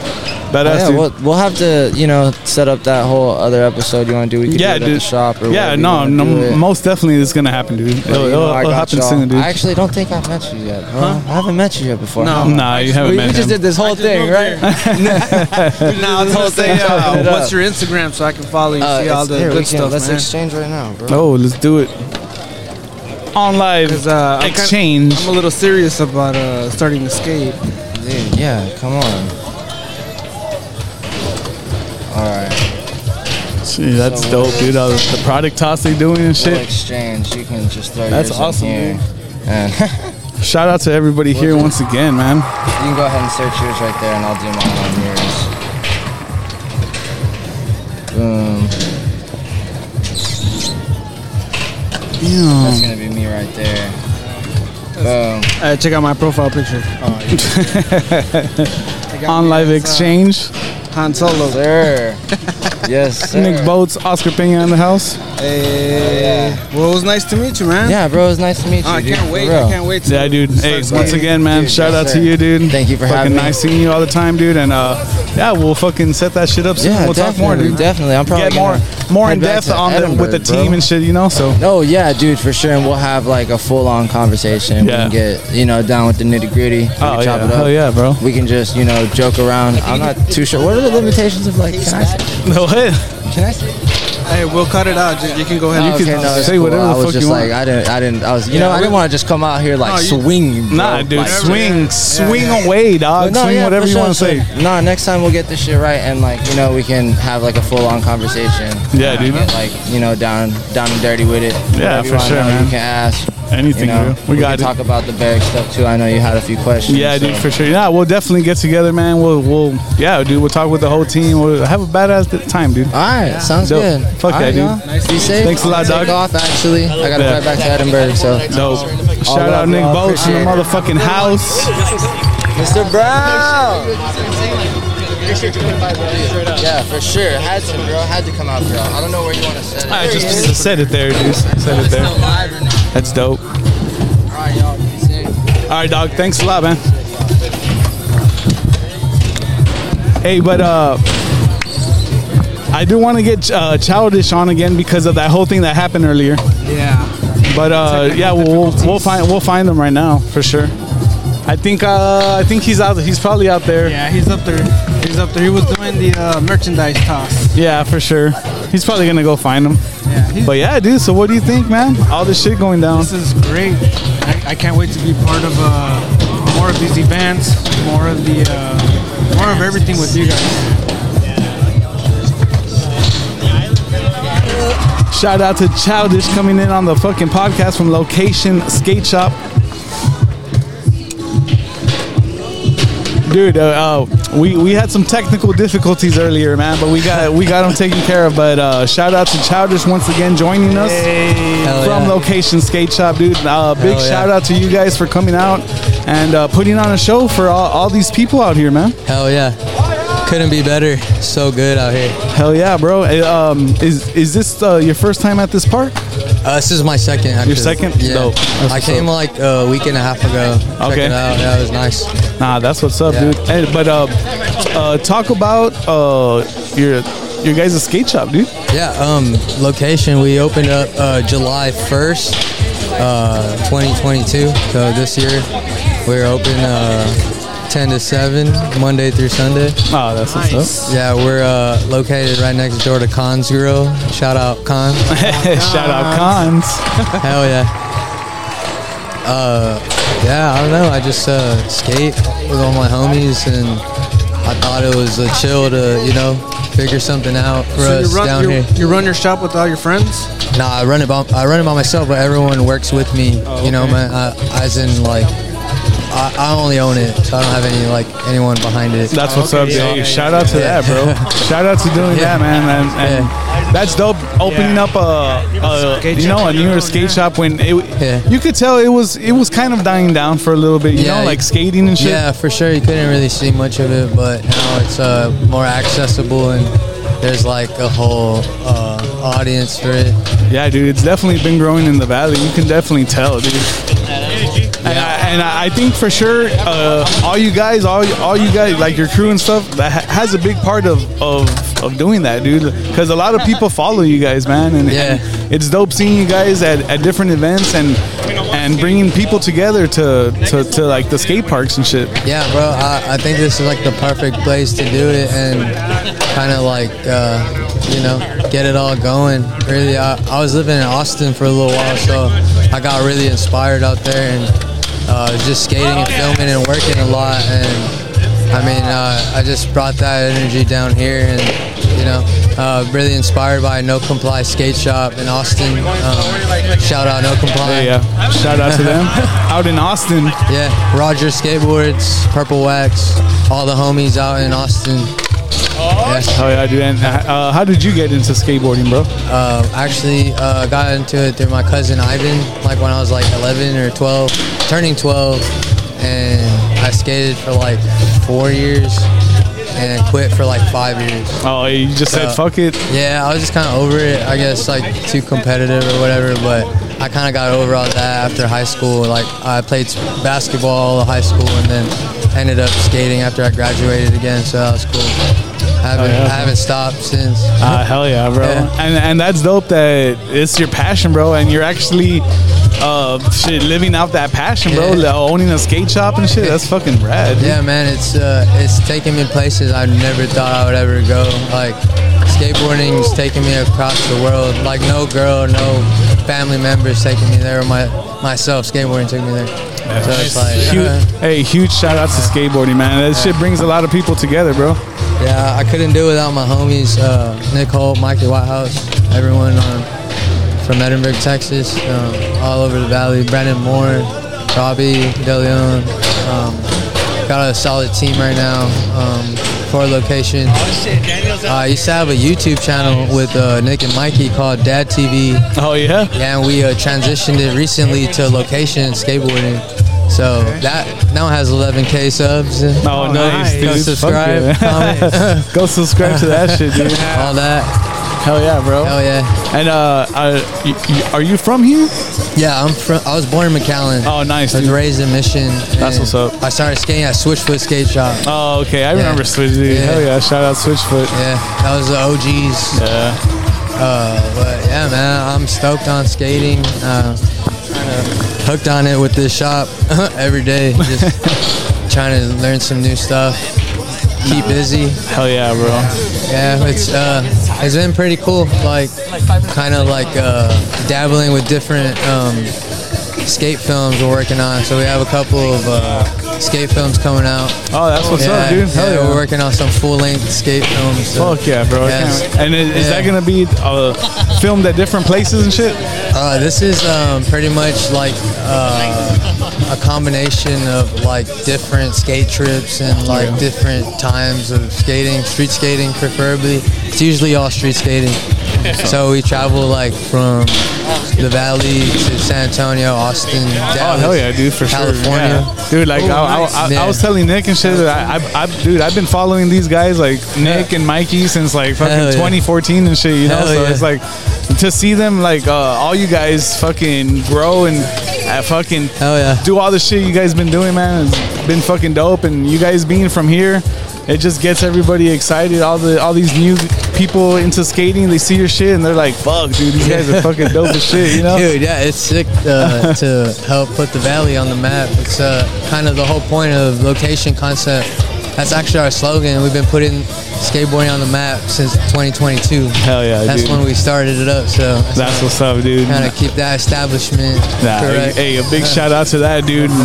S1: badass,
S10: Oh, yeah,
S1: dude.
S10: we'll, we'll have to, you know, set up that whole other episode you want to do. We could
S1: yeah,
S10: do it
S1: dude.
S10: at the shop or
S1: yeah,
S10: wherever you
S1: no,
S10: wanna
S1: no
S10: do it.
S1: most definitely it's gonna happen, dude.
S10: But,
S1: It'll,
S10: you
S1: it'll-
S10: know, I
S1: it'll
S10: got
S1: happen
S10: y'all.
S1: soon, dude.
S10: I actually don't think I've met you yet. Huh? I haven't met you yet before.
S1: No. Nah, you haven't
S10: we,
S1: met
S10: We just
S1: him.
S10: did this whole thing, right?
S3: now it's whole thing. Uh, what's your Instagram so I can follow you?
S10: Uh,
S3: see all
S10: it's-
S3: the
S10: here, we
S3: good
S10: can-
S3: stuff,
S10: Let's
S3: man.
S10: exchange right now, bro.
S1: oh, let's do it. On live
S3: Uh, I'm kinda-
S1: exchange.
S3: I'm a little serious about uh, starting to skate.
S10: Dude, yeah, come on. All right.
S1: Gee, that's
S10: So
S1: dope, dude. Uh, the product toss they doing and
S10: We'll
S1: shit.
S10: exchange. You can just throw
S1: That's
S10: yours
S1: awesome,
S10: in here.
S1: dude.
S10: And
S1: Shout out to everybody here once again, man.
S10: you can go ahead and search yours right there, and I'll do mine on yours. Boom. That's
S1: Damn.
S10: gonna be me right there. Boom.
S3: Uh, check out my profile picture.
S10: Oh,
S1: On live exchange.
S3: Han Solo.
S10: Sir. yes, sir.
S1: Nick Boats, Oscar Pena in the house.
S3: Hey. Well, it was nice to meet you, man.
S10: Yeah, bro, it's nice to meet you.
S3: Oh, I
S10: dude,
S3: can't
S10: for
S3: wait.
S10: real.
S3: I can't wait. to
S1: Yeah, dude. Hey,
S3: start
S1: once
S3: skating.
S1: again, man,
S10: Dude,
S1: shout
S10: yes,
S1: out
S10: sir.
S1: to you, dude.
S10: Thank you for
S1: fucking
S10: having me.
S1: nice seeing you all the time, dude. And uh, yeah, we'll fucking set that shit up soon.
S10: Yeah,
S1: we'll talk
S10: definitely,
S1: more, dude.
S10: Definitely. I'm probably
S1: Get more,
S10: gonna
S1: more in
S10: head back
S1: depth
S10: to
S1: on the, with the
S10: Edinburgh, bro.
S1: team and shit, you know. So
S10: Oh yeah, dude, for sure. And we'll have like a full on conversation.
S1: Yeah.
S10: We can get you know down with the nitty gritty.
S1: Oh, yeah. Hell yeah, bro.
S10: We can just you know joke around. I'm not too sure. What are the limitations of like? Can I? say-
S1: no hit.
S10: Can I? Say?
S3: Hey, we'll cut it out. You, you can go ahead.
S10: Oh,
S3: and
S10: okay, no, it's
S1: say
S10: cool.
S1: whatever the
S10: I was
S1: fuck
S10: just
S1: you
S10: like
S1: want.
S10: I didn't. I didn't. I was. You know, I didn't want to just come out here like
S3: No, you-
S10: swinging. Bro.
S1: Nah, dude.
S10: Like,
S1: swing, swing away, dog.
S10: But no,
S1: swing
S10: yeah,
S1: whatever
S10: for
S1: you
S10: sure,
S1: want to
S10: sure.
S1: say.
S10: Nah, next time we'll get this shit right and like you know we can have like a full on conversation.
S1: Yeah, dude.
S10: Get, like you know down down and dirty with it. Whatever
S1: Yeah,
S10: you
S1: for
S10: wanna
S1: sure,
S10: know,
S1: man.
S10: You can ask.
S1: Anything,
S10: you know,
S1: bro. We
S10: can
S1: got it.
S10: talk about the barrack stuff too. I know you had a few questions.
S1: Yeah, dude,
S10: so-
S1: for sure. Yeah, we'll definitely get together, man. We'll, we'll, yeah, dude. We'll talk with the whole team. We'll have a badass time, dude.
S10: All right, sounds
S1: Dope.
S10: good.
S1: Fuck
S10: All right,
S1: yeah,
S10: y'all.
S1: dude.
S10: Be safe.
S1: Thanks a lot,
S10: Take
S1: dog.
S10: off. Actually, I gotta
S1: Yeah.
S10: fly back to Edinburgh. So,
S1: Dope.
S10: All
S1: Shout out
S10: love,
S1: Nick
S10: y'all.
S1: Boats in the
S10: Appreciate it.
S1: motherfucking house.
S10: Mr. Brown. Yeah, for sure. Had to, bro. Had to come out, bro. I don't know where you want to set it.
S1: I just just said it there, dude. Said it there.
S10: live or not.
S1: That's dope.
S10: All right, y'all. Be safe.
S1: All right, dog. Thanks a lot, man. Hey, but uh, I do want to get uh, childish on again because of that whole thing that happened earlier.
S3: Yeah.
S1: But uh, yeah, we'll, we'll we'll find we'll find him right now for sure. I think uh, I think he's out. He's probably out there. Yeah,
S3: Yeah, he's up there. He's up there. He was doing the uh, merchandise toss.
S1: for sure. He's probably gonna go find him.
S3: Yeah. He's,
S1: But yeah, dude. So what do you think, man? All this shit going down.
S3: this is great. I, I can't wait to be part of uh, more of these events, more of the, uh, more of everything with you guys.
S1: Shout out to Childish coming in on the fucking podcast from Location Skate Shop. Dude, uh, uh, we we had some technical difficulties earlier, man, but we got we got them taken care of. But uh, shout out to Childish once again joining us
S10: Hell
S1: from
S10: yeah.
S1: Location Skate Shop, dude. Uh, big
S10: Hell yeah.
S1: shout out to you guys for coming out and uh, putting on a show for all, all these people out here, man.
S5: Hell yeah. Couldn't be better. So good out here.
S1: Hell yeah, bro! Uh, Um, is is this uh, your first time at this park?
S5: Uh, this is my second. Actually.
S1: second?
S5: Yeah.
S1: Dope. That's
S5: I
S1: what's
S5: came like a week and a half ago. Check
S1: Okay.
S5: it out. Yeah, it was nice.
S1: Nah, that's what's up,
S5: Yeah.
S1: dude. Hey, but uh, uh, talk about uh, your your guys' skate shop, dude.
S11: Yeah, um, location we opened up uh, July 1st, uh, 2022. So this year we're open uh, 10 to 7, Monday through Sunday.
S1: Oh, that's what's up.
S11: Yeah, we're uh, located right next door to Khan's Grill. Shout out Khan.
S1: Shout out Cons.
S11: Hell yeah. Uh, yeah, I don't know. I just uh, skate with all my homies, and I thought it was a chill to, you know, figure something out for
S3: So
S11: us
S3: you run,
S11: down
S3: you,
S11: here.
S3: you run your shop with all your friends?
S11: Nah, I run it by I run it by myself, but everyone works with me.
S3: Oh,
S11: You know, man. I, as in like, I, I only own it, so I don't have any like anyone behind it.
S1: That's what's up, dude. Shout out to that, bro. Shout out to doing
S11: Yeah.
S1: that, man. And, and that's dope. Opening up a, a you know a newer skate shop when it, you could tell it was it was kind of dying down for a little bit. You know, like skating and shit.
S11: Yeah, for sure. You couldn't really see much of it, but now it's uh, more accessible and there's like a whole uh, audience for it.
S1: Yeah, dude, it's definitely been growing in the valley. You can definitely tell, dude. And, I, and I I think for sure, uh, all you guys, all all you guys, like your crew and stuff, that ha- has a big part of of, of doing that, dude. Because a lot of people follow you guys, man, and, and it's dope seeing you guys at, at different events and and bringing people together to, to to like the skate parks and shit.
S11: Yeah, bro. I, I think this is like the perfect place to do it and kind of like, uh, you know, get it all going. Really, I, I was living in Austin for a little while, so I got really inspired out there and uh, just skating and filming and working a lot. And I mean, uh, I just brought that energy down here and, you know, uh, really inspired by No Comply Skate Shop in Austin. Um, shout out No Comply.
S1: Yeah, yeah. Shout out to them. out in Austin.
S11: Yeah, Roger Skateboards, Purple Wax, all the homies out in Austin.
S1: Oh yeah, dude. And uh, how did you get into skateboarding, bro?
S11: Uh, actually, uh, got into it through my cousin Ivan, like when I was like 11 or 12, turning 12, and I skated for like four years and quit for like five years.
S1: Oh, you just said fuck it.
S11: Yeah, I was just kind of over it. I guess like too competitive or whatever, but I kind of got over all that after high school. Like I played s- basketball all of high school and then ended up skating after I graduated again. So that was cool. I haven't,
S1: Oh, yeah.
S11: I haven't stopped since.
S1: Ah, hell yeah, bro! And and that's dope that it's your passion, bro, and you're actually uh shit living out that passion, bro.
S11: Yeah.
S1: Like, Owning a skate shop and shit, that's fucking rad. dude.
S11: Yeah, man, it's uh, it's taking me places I never thought I would ever go. Like skateboarding's taking me across the world. Like no girl, no family members taking me there. My myself skateboarding took me there. So it's like
S1: Huge- hey, huge shout outs to skateboarding, man. That shit brings a lot of people together, bro.
S11: Yeah, I couldn't do it without my homies, uh, Nick Holt, Mikey Whitehouse, everyone um, from Edinburgh, Texas, um, all over the valley. Brandon Moore, Robbie DeLeon. Um, got a solid team right now um, for location. I used to have a YouTube channel with uh, Nick and Mikey called Dad TV.
S1: Oh, yeah?
S11: Yeah, and we uh, transitioned it recently to location skateboarding. So that now has 11K subs.
S1: Oh, nice, dude.
S11: Go
S1: Fuck
S11: subscribe,
S1: yeah.
S11: comment.
S1: Go subscribe to that shit, dude.
S11: All that.
S1: Hell yeah, bro.
S11: Hell yeah.
S1: And uh, uh y- y- are you from here?
S11: Yeah, I'm from. I was born in McAllen.
S1: Oh, nice.
S11: I was
S1: dude.
S11: raised in Mission.
S1: That's
S11: and
S1: what's up.
S11: I started skating at Switchfoot Skate Shop.
S1: Oh, okay. I
S11: Yeah.
S1: remember Switch, dude.
S11: Yeah.
S1: Hell Oh, yeah. Shout out Switchfoot.
S11: Yeah, that was the OGs.
S1: Yeah.
S11: Uh, but yeah, man, I'm stoked on skating. Uh, kinda hooked on it with this shop every day. Just trying to learn some new stuff. Keep busy.
S1: Hell yeah, bro.
S11: Yeah, it's uh, it's been pretty cool. Like, kind of like uh, dabbling with different um, skate films we're working on. So we have a couple of uh, skate films coming out.
S1: Oh, that's what's
S11: yeah,
S1: up, dude. Hell
S11: yeah,
S1: yeah.
S11: we're working on some full-length skate films. so-
S1: Fuck yeah, bro. I
S11: Yeah.
S1: can't wait. And is, is that
S11: Yeah.
S1: gonna be uh, filmed at different places and shit?
S11: Uh, this is um, pretty much like uh, a combination of like different skate trips and like different times of skating, street skating preferably. It's usually all street skating. So we travel like from the valley to San Antonio, Austin,
S1: Oh
S11: Dallas,
S1: hell yeah, dude, for
S11: California.
S1: sure, yeah. dude. Like
S11: Oh,
S1: I, I-
S11: nice.
S1: I, I
S11: Yeah.
S1: was telling Nick and shit, that I, I, I, dude, I've been following these guys like Nick and Mikey since like fucking
S11: Hell yeah.
S1: 2014 and shit. You know,
S11: Hell
S1: so
S11: yeah.
S1: it's like to see them like uh, all you guys fucking grow and uh, fucking
S11: hell yeah.
S1: do all the shit you guys been doing, man. It's been fucking dope, and you guys being from here. it just gets everybody excited. All the all these new people into skating, they see your shit and they're like, "Fuck, dude, these guys are fucking dope as shit." You know,
S11: Dude, yeah, it's sick uh, to help put the valley on the map. It's uh, kind of the whole point of location concept. That's actually our slogan. We've been putting skateboarding on the map since 2022.
S1: Hell yeah,
S11: That's
S1: dude.
S11: when we started it up. So
S1: That's what's up, dude.
S11: kind of keep that establishment
S1: Nah,
S11: correct.
S1: hey, a big shout out to that dude. You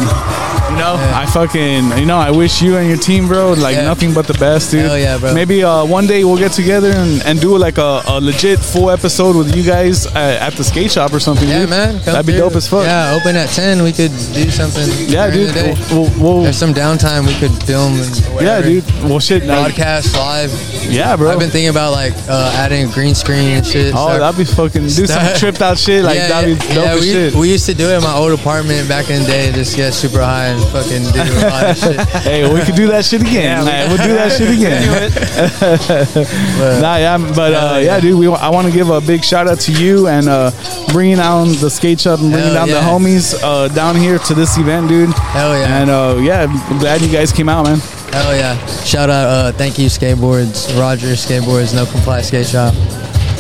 S1: know, I fucking, you know, I wish you and your team, bro, like nothing but the best, dude.
S11: Hell yeah, bro.
S1: Maybe uh, one day we'll get together and, and do like a, a legit full episode with you guys at, at the skate shop or something.
S11: Yeah,
S1: dude.
S11: man. come
S1: That'd be
S11: through.
S1: dope as fuck.
S11: Yeah, open at 10. We could do something.
S1: Yeah,
S11: during
S1: dude.
S11: The day.
S1: We'll,
S11: There's some downtime. We could film. And
S1: Yeah,
S11: whatever.
S1: dude. Well, shit. now-
S11: Broadcast live.
S1: Yeah, bro.
S11: I've been thinking about like uh, adding a green screen and shit.
S1: Oh,
S11: so-
S1: that'd be fucking do some
S11: Start-
S1: tripped out shit like
S11: yeah,
S1: that'd be
S11: yeah,
S1: dope
S11: yeah,
S1: as
S11: we,
S1: shit.
S11: we used to do it in my old apartment back in the day. Just get super high and fucking do a lot of shit.
S1: hey, we could do that shit
S11: Yeah,
S1: again. Like,
S11: we-
S1: we'll do that shit again. nah, yeah, but uh, yeah, dude, we, I want to give a big shout out to you and uh, bringing down the skate shop and bringing
S11: Hell
S1: down
S11: yeah.
S1: the homies uh, down here to this event, dude.
S11: Hell yeah!
S1: And uh, yeah, I'm glad you guys came out, man.
S11: Hell yeah! Shout out, uh, thank you skateboards, Roger skateboards, No Comply Skate Shop,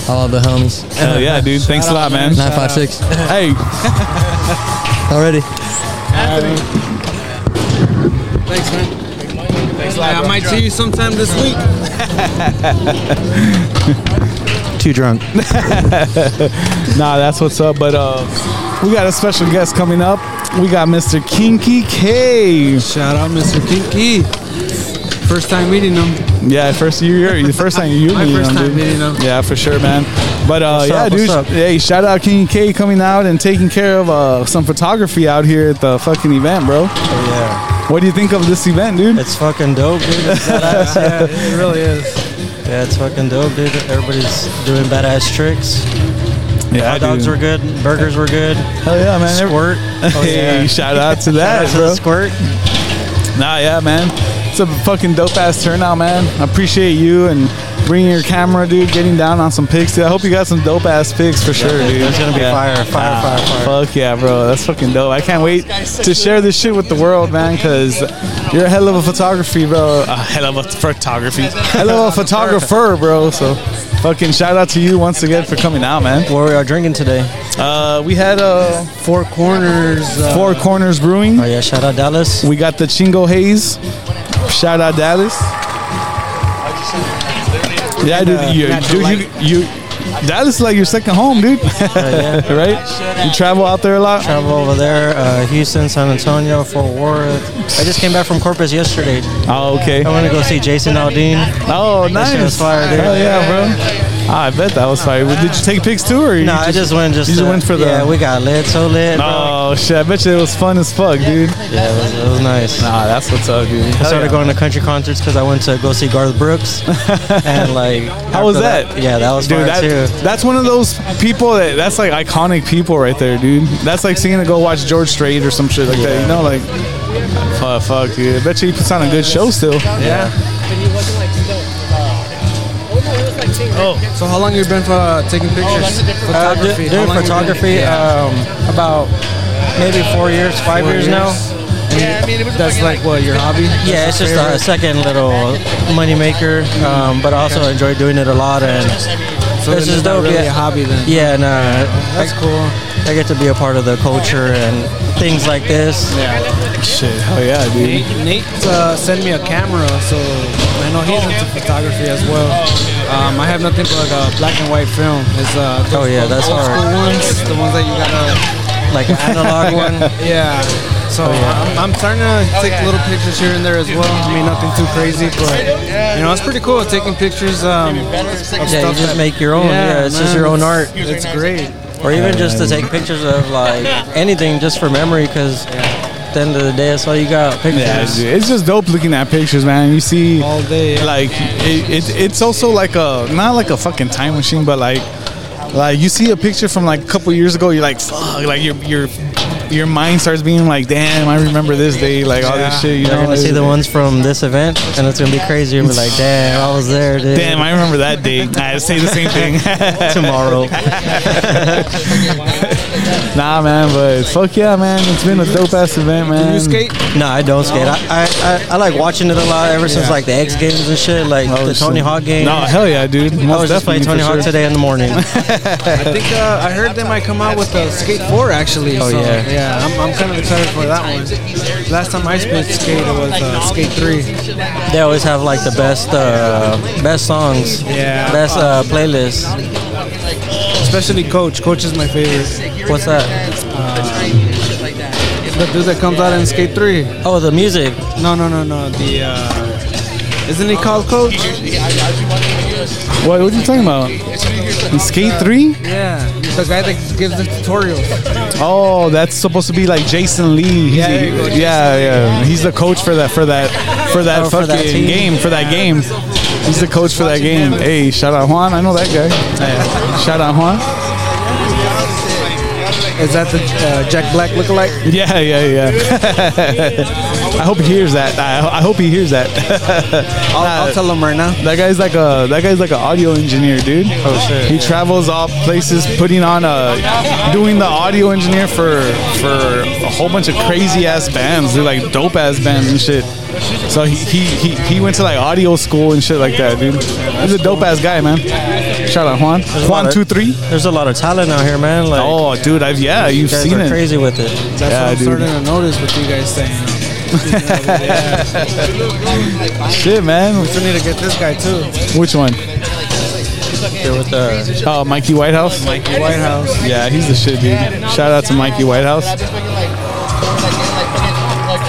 S11: all the homies.
S1: Hell yeah, dude. Thanks a lot, man.
S11: Nine five six.
S1: Hey.
S11: Already.
S3: Thanks, man.
S9: Thanks
S3: a lot,
S9: I
S3: bro.
S9: might see you sometime this week.
S1: Too drunk. nah, that's what's up. But uh, we got a special guest coming up. We got Mr. Kinky K.
S3: Shout out, Mr. Kinky. First time meeting him.
S1: Yeah, first you you're the first time you
S3: My
S1: meet
S3: first
S1: him,
S3: time
S1: dude.
S3: meeting him.
S1: Yeah, for sure, man. But uh,
S3: What's
S1: yeah,
S3: up,
S1: dude.
S3: what's up?
S1: Hey, shout out King K coming out and taking care of uh, some photography out here at the fucking event, bro. Oh, yeah. What do you think of this event, dude? It's fucking dope, dude.
S12: yeah, it really is. Yeah, it's fucking dope, dude. Everybody's doing badass tricks.
S1: Yeah,
S12: Hot dogs
S1: dude.
S12: were good. Burgers were good.
S1: Hell yeah, man.
S12: Squirt.
S1: Hey, shout out to that,
S12: Oh, Shout out to
S1: bro.
S12: the squirt.
S1: Nah, yeah, man. It's a fucking dope ass turnout, man. I appreciate you and bringing your camera, dude. Getting down on some pics. Dude. I hope you got some dope ass pics for sure,
S12: dude,
S1: dude.
S12: there's gonna be
S1: Yeah.
S12: fire, fire,
S1: Nah,
S12: fire, fire.
S1: Fuck yeah, bro. That's fucking dope. I can't wait to share this shit with the world, man. Cause you're a hell of a photography, bro. A hell of a photography. Hell of a photographer, bro. So, fucking shout out to you once again for coming out, man.
S12: What we are drinking today?
S1: Uh, we had uh,
S12: Four Corners. Uh,
S1: Four Corners Brewing. Oh
S12: yeah, shout out Dallas.
S1: We got the Chingo Haze. Shout out Dallas. Yeah,
S12: And,
S1: dude,
S12: uh,
S1: you,
S12: natural
S1: dude you, you, Dallas is like your second home, dude. right? You travel out there a lot.
S12: Travel over there, uh, Houston, San Antonio, Fort Worth. I just came back from Corpus yesterday.
S1: Oh, okay.
S12: I want to go see Jason Aldean.
S1: Oh,
S12: That shit
S1: nice.
S12: was fire, dude.
S1: Hell yeah, bro. Ah, I bet that was fire. Did you take pics too, or you
S12: No, I just went just
S1: you just
S12: to-
S1: went for the.
S12: yeah, we got lit, so lit, bro.
S1: Oh shit! I bet you it was fun as fuck, dude.
S12: Yeah, it was, it was nice.
S1: Nah, that's what's up, dude.
S12: I
S1: Hell
S12: started
S1: yeah.
S12: going to country concerts because I went to go see Garth Brooks, and like
S1: How was
S12: after
S1: that?
S12: Yeah, that was
S1: dude.
S12: fire
S1: That,
S12: too.
S1: That's one of those people that that's like iconic people right there, dude. That's like seeing to go watch George Strait or some shit like that. You know, like fuck, fuck, dude. I bet you he puts on a good show still.
S3: Yeah.
S8: uh,
S3: Oh, so how long you been uh, taking pictures?
S12: Uh, do-
S3: Photography. How long
S12: doing
S3: you been-
S12: photography um, about maybe four years, five
S3: Four
S12: years, now.
S3: Yeah, I mean, it was that's like, what your hobby?
S12: Yeah, it's just a second little money maker, um, but I also enjoy doing it a lot. And
S3: So then it's not really a hobby then.
S12: Yeah, no, that's cool. I get to be a part of the culture and things like this.
S1: Yeah. Shit, hell yeah,
S3: Nate, Nate uh, sent me a camera, so I know he's into photography as well. Um, I have nothing but like a black and white film. It's uh,
S12: Oh, yeah, that's
S3: old
S12: hard.
S3: school ones, the ones that you gotta
S12: Like an analog one?
S3: yeah. So
S12: Oh, yeah.
S3: I'm, I'm starting to take little pictures here and there as well. I mean, nothing too crazy, but you know, it's pretty cool taking pictures. Um, of
S12: Yeah, you
S3: stuff
S12: just
S3: that-
S12: make your own. Yeah, it's just your own art.
S3: It's great.
S12: or even just to take pictures of like anything just for memory because at the end of the day that's all you got
S1: Yeah,
S12: pictures
S1: dude, it's just dope looking at pictures, man. You see,
S3: all day,
S1: like it, it, it's also like a not like a fucking time machine, but like like you see a picture from like a couple years ago, you're like fuck, like your your your mind starts being like, damn, I remember this day, like all this shit. You
S12: you're
S1: know,
S12: gonna see
S1: It's-
S12: the ones from this event and it's gonna be crazy you're gonna be like damn i was there dude.
S1: Damn, I remember that day. I say the same thing
S12: Tomorrow.
S1: Nah, man, but fuck yeah, man. It's been a dope ass event, man.
S12: you skate? No, I don't skate. I, I, I, I like watching it a lot ever since
S1: Yeah.
S12: like the X Games and shit, like the Tony Hawk game.
S1: No, hell yeah, dude.
S12: I was just playing Tony Hawk today in the morning.
S3: I think uh, I heard they might come out with a Skate 4 actually.
S12: Oh,
S3: so,
S12: yeah.
S3: Yeah, I'm, I'm kind of excited for that one. Last time I played Skate it was uh, Skate 3.
S12: They always have like the best, uh, best songs.
S3: Yeah.
S12: Best uh, playlists.
S3: Especially Coach. Coach is my favorite. Um,
S12: What's that?
S3: the dude that comes out in Skate 3.
S12: Oh, the music.
S3: No, no, no, no. The uh, isn't he called Coach?
S1: What, what are you talking about? In Skate 3?
S3: Yeah, the guy that gives the tutorials.
S1: Oh, that's supposed to be like Jason Lee. He's,
S3: Yeah, there you go, Jason
S1: yeah, yeah. He's the coach for that for that for that
S3: Oh, for
S1: fucking
S3: that team.
S1: game for that game. He's the coach for that game. Hey, shout out Juan. I know that guy. Shout out Juan.
S3: Is that the uh, Jack Black lookalike?
S1: Yeah, yeah, yeah. I hope he hears that. I, I hope he hears that. I'll,
S3: tell him right now.
S1: That guy's like a that guy's like an audio engineer, dude. Oh shit. He travels all places, putting on a doing the audio engineer for for a whole bunch of crazy ass bands. They're like dope ass bands and shit. So he, he he he went to like audio school and shit like that, dude. He's a dope ass guy, man. Shout out Juan.
S12: There's a lot
S1: Juan
S12: of-
S1: two three.
S12: There's a lot of talent out here, man. Like,
S1: oh, dude, I've yeah,
S12: you
S1: you've
S12: guys
S1: seen
S12: are
S1: it.
S12: Crazy with it.
S3: That's what I'm starting to notice with you guys saying.
S1: Shit, man.
S3: We still need to get this guy too.
S1: Which one?
S12: with uh, the
S1: oh Mikey Whitehouse.
S3: Mikey Whitehouse.
S1: Yeah, he's the shit, dude. Shout out to Mikey Whitehouse.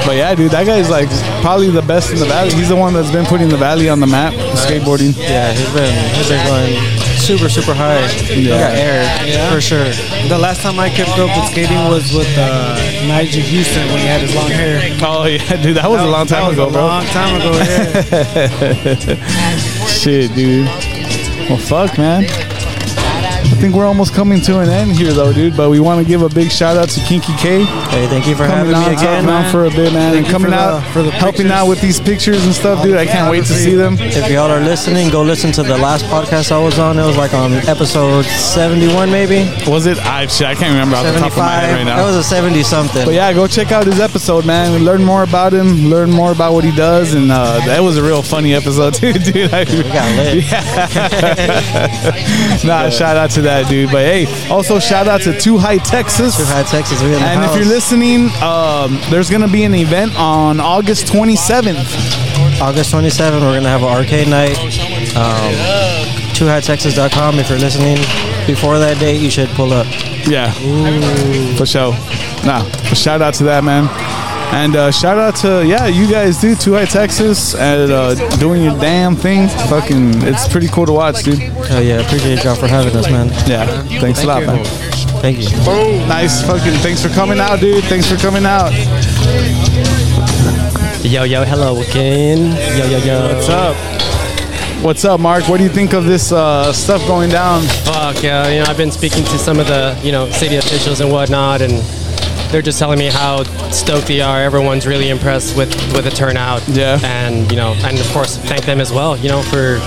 S1: But yeah, dude, that guy's like probably the best in the valley. He's the one that's been putting the valley on the map,
S12: Uh,
S1: skateboarding.
S12: Yeah, he's been he's been going super super high.
S1: Yeah.
S12: Yeah, got aired for sure.
S3: The last time I kept up with skating was with uh, Nigel Houston when he had his long hair.
S1: Oh yeah, dude, that was a long time
S3: that was
S1: ago,
S3: a
S1: bro.
S3: long time ago,
S1: Shit, dude. Well, fuck, man. I think we're almost coming to an end here, though, dude. But we want to give a big shout out to Kinky K.
S12: Hey, thank you for
S1: coming
S12: having me
S1: out,
S12: again,
S1: helping out
S12: man.
S1: for a bit, man,
S12: Thank
S1: and
S12: you
S1: coming
S12: for the-
S1: out,
S12: for the
S1: helping out with these pictures and stuff, dude. I can't wait to see them.
S12: If y'all are listening, go listen to the last podcast I was on. It was like on episode 71, maybe.
S1: Was it? I shit, I can't remember off the top of my head right now.
S12: That was a 70 something.
S1: But yeah, go check out his episode, man. Learn more about him. Learn more about what he does, and uh, that was a real funny episode too, dude. I,
S12: got lit.
S1: Yeah. nah, shout out to that dude. But hey, also shout out to Too High Texas. Too
S12: High Texas, we in the
S1: And if you're
S12: house.
S1: listening, um, there's gonna be an event on August 27th.
S12: August 27, we're going to have an arcade night. Um, TwoHighTexas.com. If you're listening before that date, you should pull up.
S1: Uh, Yeah, for sure. Nah, but shout out to that man, and uh, shout out to yeah, you guys do Too High Texas and uh, doing your damn thing. Fucking, it's pretty cool to watch, dude.
S12: Oh yeah, appreciate y'all for having us, man.
S1: Yeah, thanks a lot, man.
S12: Thank you.
S1: Nice fucking. Thanks for coming out, dude. Thanks for coming out.
S2: Yo, yo, hello again. Yo, yo, yo.
S1: What's up? What's up, Mark? What do you think of this uh, stuff going down?
S2: Fuck, yeah. You know, I've been speaking to some of the, you know, city officials and whatnot, and they're just telling me how stoked they are. Everyone's really impressed with, with the turnout. Yeah. And, you know, and of course, thank them as well, you know, for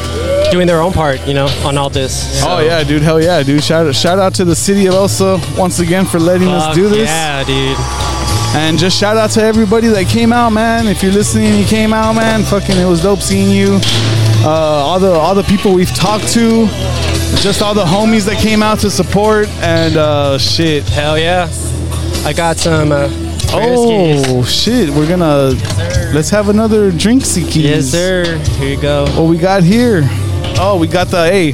S2: doing their own part, you know, on all this.
S1: Oh yeah, dude. Hell yeah, dude. Shout out, shout out to the city of Elsa once again for letting us
S2: Fuck
S1: do this.
S2: Yeah, dude.
S1: And just shout out to everybody that came out, man. If you're listening, you came out, man. Fucking, it was dope seeing you. Uh, all the all the people we've talked to, just all the homies that came out to support, and uh, shit.
S2: Hell yeah. I got some. Uh,
S1: Oh shit! We're gonna let's have another drink, Siki.
S2: Yes, sir. Here you go.
S1: What we got here? Oh, we got the hey.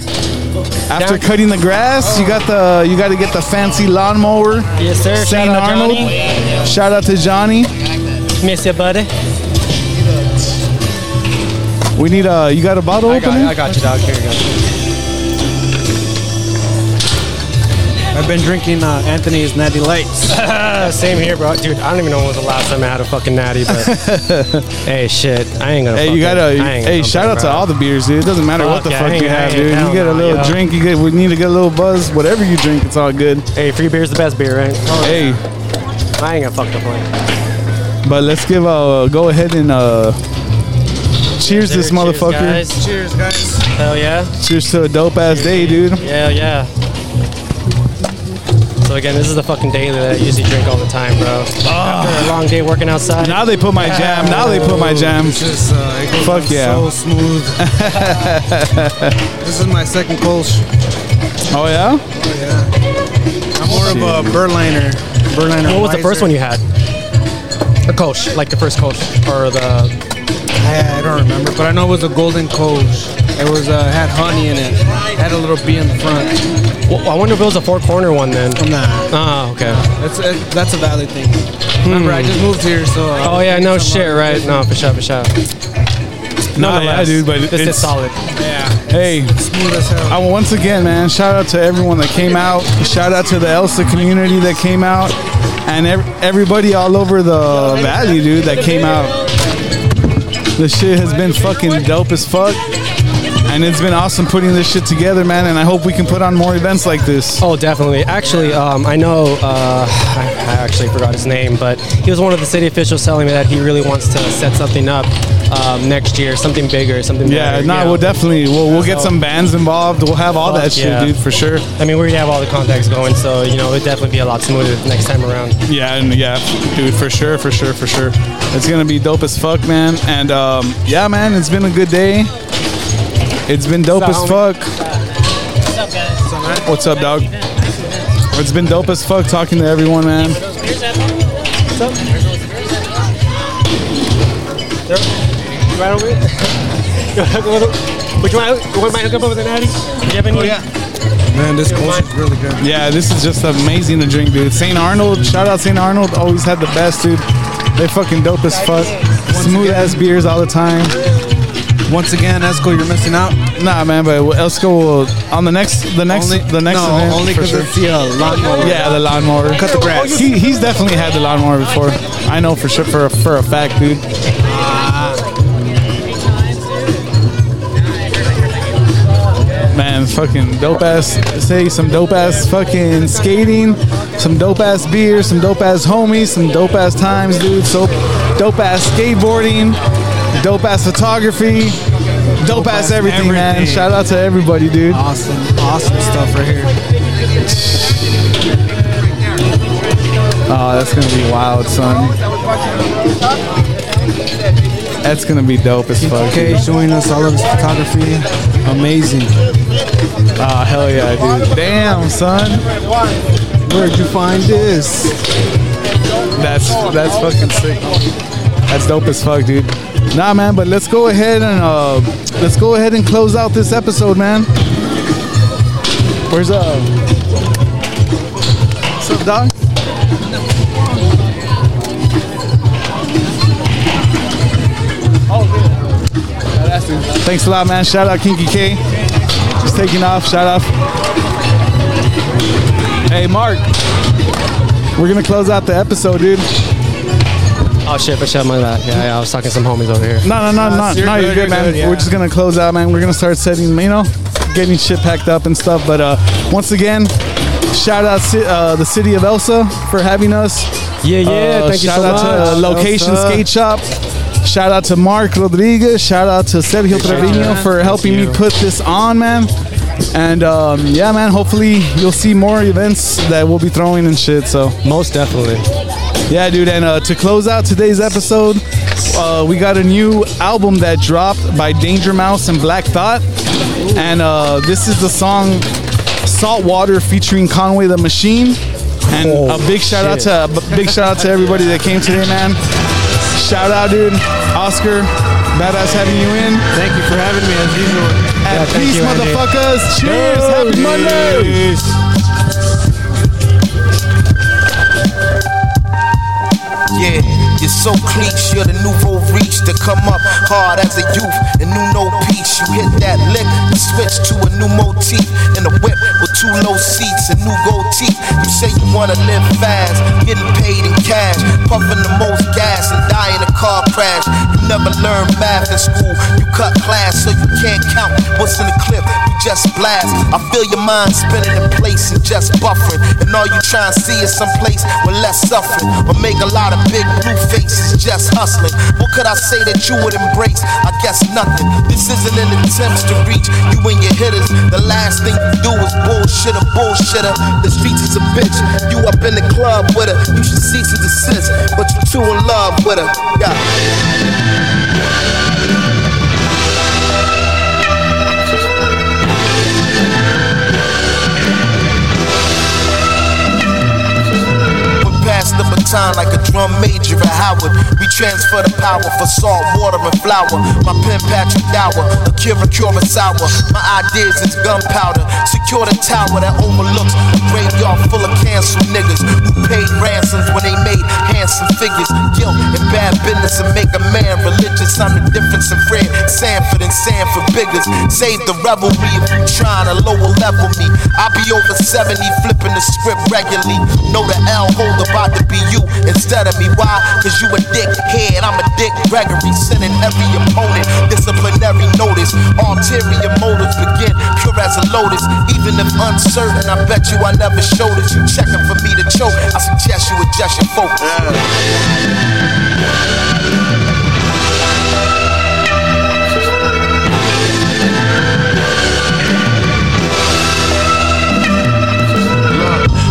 S1: After cutting the grass, you got the you got to get the fancy lawnmower.
S2: Yes, sir. Shout
S1: Saint
S2: out
S1: Arnold.
S2: Johnny.
S1: Shout out to Johnny.
S2: Miss you, buddy.
S1: We need a. You got a bottle
S3: I got,
S1: opener?
S3: I got you, dog. Here you go. I've been drinking uh, Anthony's Natty Lights.
S2: Same here, bro. Dude, I don't even know when was the last time I had a fucking natty, but hey, shit, I ain't gonna.
S1: Hey, you
S2: fucking-
S1: gotta.
S2: I ain't
S1: Hey,
S2: gonna
S1: shout out to
S2: bro.
S1: all the beers, dude. It doesn't matter what
S2: Fuck
S1: the
S2: yeah,
S1: fuck
S2: hang-
S1: you have,
S2: hang-
S1: dude. You
S2: hell
S1: get a
S2: nah,
S1: little
S2: yo.
S1: drink. You get. We need to get a little buzz. Whatever you drink, it's all good.
S2: Hey, free beer's the best beer, right?
S1: hey,
S2: I ain't gonna fuck the plane.
S1: but let's give a go ahead and uh, cheers
S2: Cheers,
S1: this motherfucker.
S2: guys. Cheers, guys. Hell yeah.
S1: Cheers to a dope ass day, dude.
S2: Yeah, yeah. So So again, this is the fucking daily that I usually drink all the time, bro. After a long day working outside.
S1: Now they put my jam. Now they put my jam.
S3: uh,
S1: Fuck yeah.
S3: So smooth. this is my second Kolsch.
S1: Oh yeah.
S3: I'm more of a Berliner. Berliner.
S2: What was the first
S3: Weiser.
S2: one you had? A Kolsch, like the first Kolsch, or the
S3: I, I don't remember, but I know it was a golden Kolsch. It was uh, had honey in it. Had a little bee in the front.
S2: Well, I wonder if it was a four corner one then.
S3: Nah.
S2: Oh, okay.
S3: That's a, that's a valid thing. Remember,
S1: Hmm.
S3: I just moved here, so. uh,
S2: Oh yeah, no shit, right? No, for sure, for sure.
S1: Nah,
S2: Nonetheless,
S1: yeah, dude, but
S2: this is
S1: it's-
S2: solid.
S1: Hey, I, once again, man, shout out to everyone that came out. Shout out to the Elsa community that came out, and ev- everybody all over the valley, dude, that came out. This shit has been fucking dope as fuck, and it's been awesome putting this shit together, man. And I hope we can put on more events like this.
S2: Oh, definitely. Actually, um, I know. Uh, I, I actually forgot his name, but he was one of the city officials telling me that he really wants to set something up um, next year, something bigger, something.
S1: Yeah,
S2: better,
S1: nah,
S2: you know?
S1: we'll definitely we'll, we'll get
S2: So-
S1: some bands involved. We'll have all that
S2: Fuck
S1: shit,
S2: yeah.
S1: dude, for sure.
S2: I mean, we already have all the contacts going, so you know it'd definitely be a lot smoother next time around.
S1: Yeah, and yeah, dude, for sure, for sure, for sure. It's gonna be dope as fuck, man. And um, yeah, man, it's been a good day. It's been dope
S2: What's
S1: as
S2: up,
S1: fuck. What's up, dog? It's been dope as fuck talking to everyone, man.
S2: Right over Which one? What am I hook up over the natty? you
S3: Oh,
S2: have any? yeah.
S1: Man, this is really good. Yeah, this is just amazing to drink, dude. St. Arnold, shout out St. Arnold, always had the best, dude. They fucking dope as fuck. Smooth ass beers all the time. Once again, Esco, you're missing out. Nah, man, but Esco will on the next, the next,
S3: Only-
S1: the next
S3: no,
S1: event.
S3: only
S1: for
S3: 'cause
S1: sure.
S3: it's the, uh, lawnmower.
S1: Yeah, the lawnmower.
S3: Cut the grass.
S1: He, he's definitely had the lawnmower before. I know for sure, for a, for a fact, dude.
S3: Ah,
S1: Man, fucking dope ass. Say some dope ass fucking skating, some dope ass beer, some dope ass homies, some dope ass times, dude. So dope ass skateboarding, dope ass photography, dope, ass everything, man. Shout out to everybody, dude. Awesome, awesome stuff right here. Oh, that's gonna be wild, son. That's gonna be dope as fuck.
S3: Okay, showing us all of his photography. Amazing.
S1: Ah, hell yeah, dude. Damn, son.
S3: Where'd you find this?
S1: That's that's fucking sick. That's dope as fuck, dude. Nah, man, but let's go ahead and uh, let's go ahead and close out this episode, man. Where's uh? What's up, dog? Thanks a lot, man. Shout out Kinky K. Just taking off. Shout off. Hey, Mark. We're gonna close out the episode, dude.
S2: Oh shit, for sure, my bad. Yeah, yeah, I was talking to some homies over here.
S1: No, no, no, no, no. You're good, man. We're just gonna close out, man. We're gonna start setting, you know, getting shit packed up and stuff. But uh, once again, shout out ci- uh, the city of Elsa for having us.
S2: Yeah, yeah.
S1: Uh,
S2: Thank you
S1: shout
S2: so
S1: out to uh,
S2: much.
S1: Location
S2: Elsa.
S1: Skate Shop. Shout out to Mark Rodriguez. Shout out to Sergio
S2: Appreciate
S1: Trevino
S2: you.
S1: for
S2: Thank
S1: helping me
S2: you.
S1: put this on, man. And um, yeah, man. Hopefully, you'll see more events that we'll be throwing and shit. So
S2: most definitely.
S1: Yeah, dude. And uh, to close out today's episode, uh, we got a new album that dropped by Danger Mouse and Black Thought, and uh, this is the song "Saltwater" featuring Conway the Machine. And a big shout
S9: shit.
S1: out to a big shout out to everybody that came today, man. Shout out, dude. Oscar, badass having you in. Thank you for having me as usual. And
S9: Yeah, thank
S1: peace,
S9: you, Andy.
S1: motherfuckers. Cheers. Happy Monday.
S13: Yeah, you're so cliques, you're the nouveau reach to come up hard as a youth and new no peach. You hit that lick, you switch to a new motif in a whip with two low seats and new gold teeth. You say you wanna live fast, getting paid in cash, puffing the most gas and die in a car crash. You never learn math in school, you cut class so you can't count what's in the clip. You just blast. I feel your mind spinning in place and just buffering, and all you try and see is someplace with less suffering or make a lot of big blue faces just hustling. What could I say that you would embrace? I guess nothing. This isn't an attempt to reach you and your hitters. The last thing you do is bullshit a bullshitter. The streets is a bitch. You up in the club with her. You should cease and desist, but you're too in love with her. Yeah. But pass the baton like a drum major at Howard. We transfer the power for salt, water, and flour. My pen Patrick Dower, Akira Kurosawa. My ideas is gunpowder. Secure the tower that overlooks a graveyard full of canceled niggas who paid ransoms when they made handsome figures. Guilt and bad business and make a man religious. I'm the difference in Fred Sanford and Sanford Biggers. Save the revelry if you trying to lower level me. I be over 70 flipping the script regularly. Know the L hold about to be you instead of me. Why? Cause you a dickhead. I'm a dick Gregory. Sending every opponent disciplinary notice. Ulterior motives begin pure as a lotus. Even if uncertain, I bet you I never showed it. You checking for me to choke. I suggest you adjust your focus.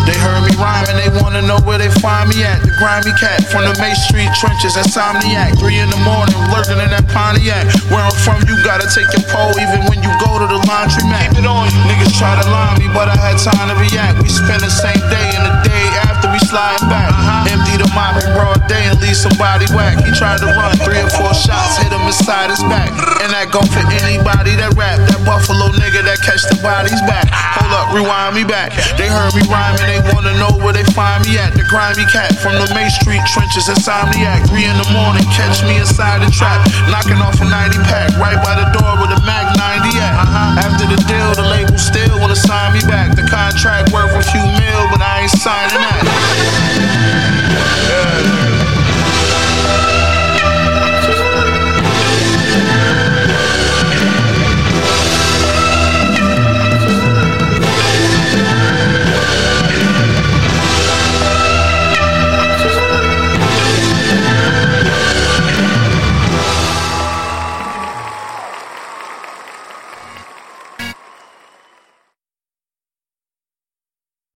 S14: They heard me rhyming, they wanna know where they find me at. The grimy cat from the Main Street trenches, insomniac. Three in the morning, lurking in that Pontiac. Where I'm from, you gotta take your pole, even when you go to the laundry mat. Keep it on, you niggas try to line me, but I had time to react. We spend the same day and the day after we slide back. Empty the mop in broad day and leave somebody whack. He tried to run three or four shots, hit him inside his back. And that go for anybody that rap. That Buffalo nigga that catch the bodies back. Hold up, rewind me back. They heard me rhyming, they wanna know where they find me at. The grimy cat from the Main Street trenches, insomniac. Three in the morning, catch me inside the trap. Knocking off a 90 pack, right by Uh-huh. the door with a Mac 90 at. After the deal, the label still wanna sign me back. The contract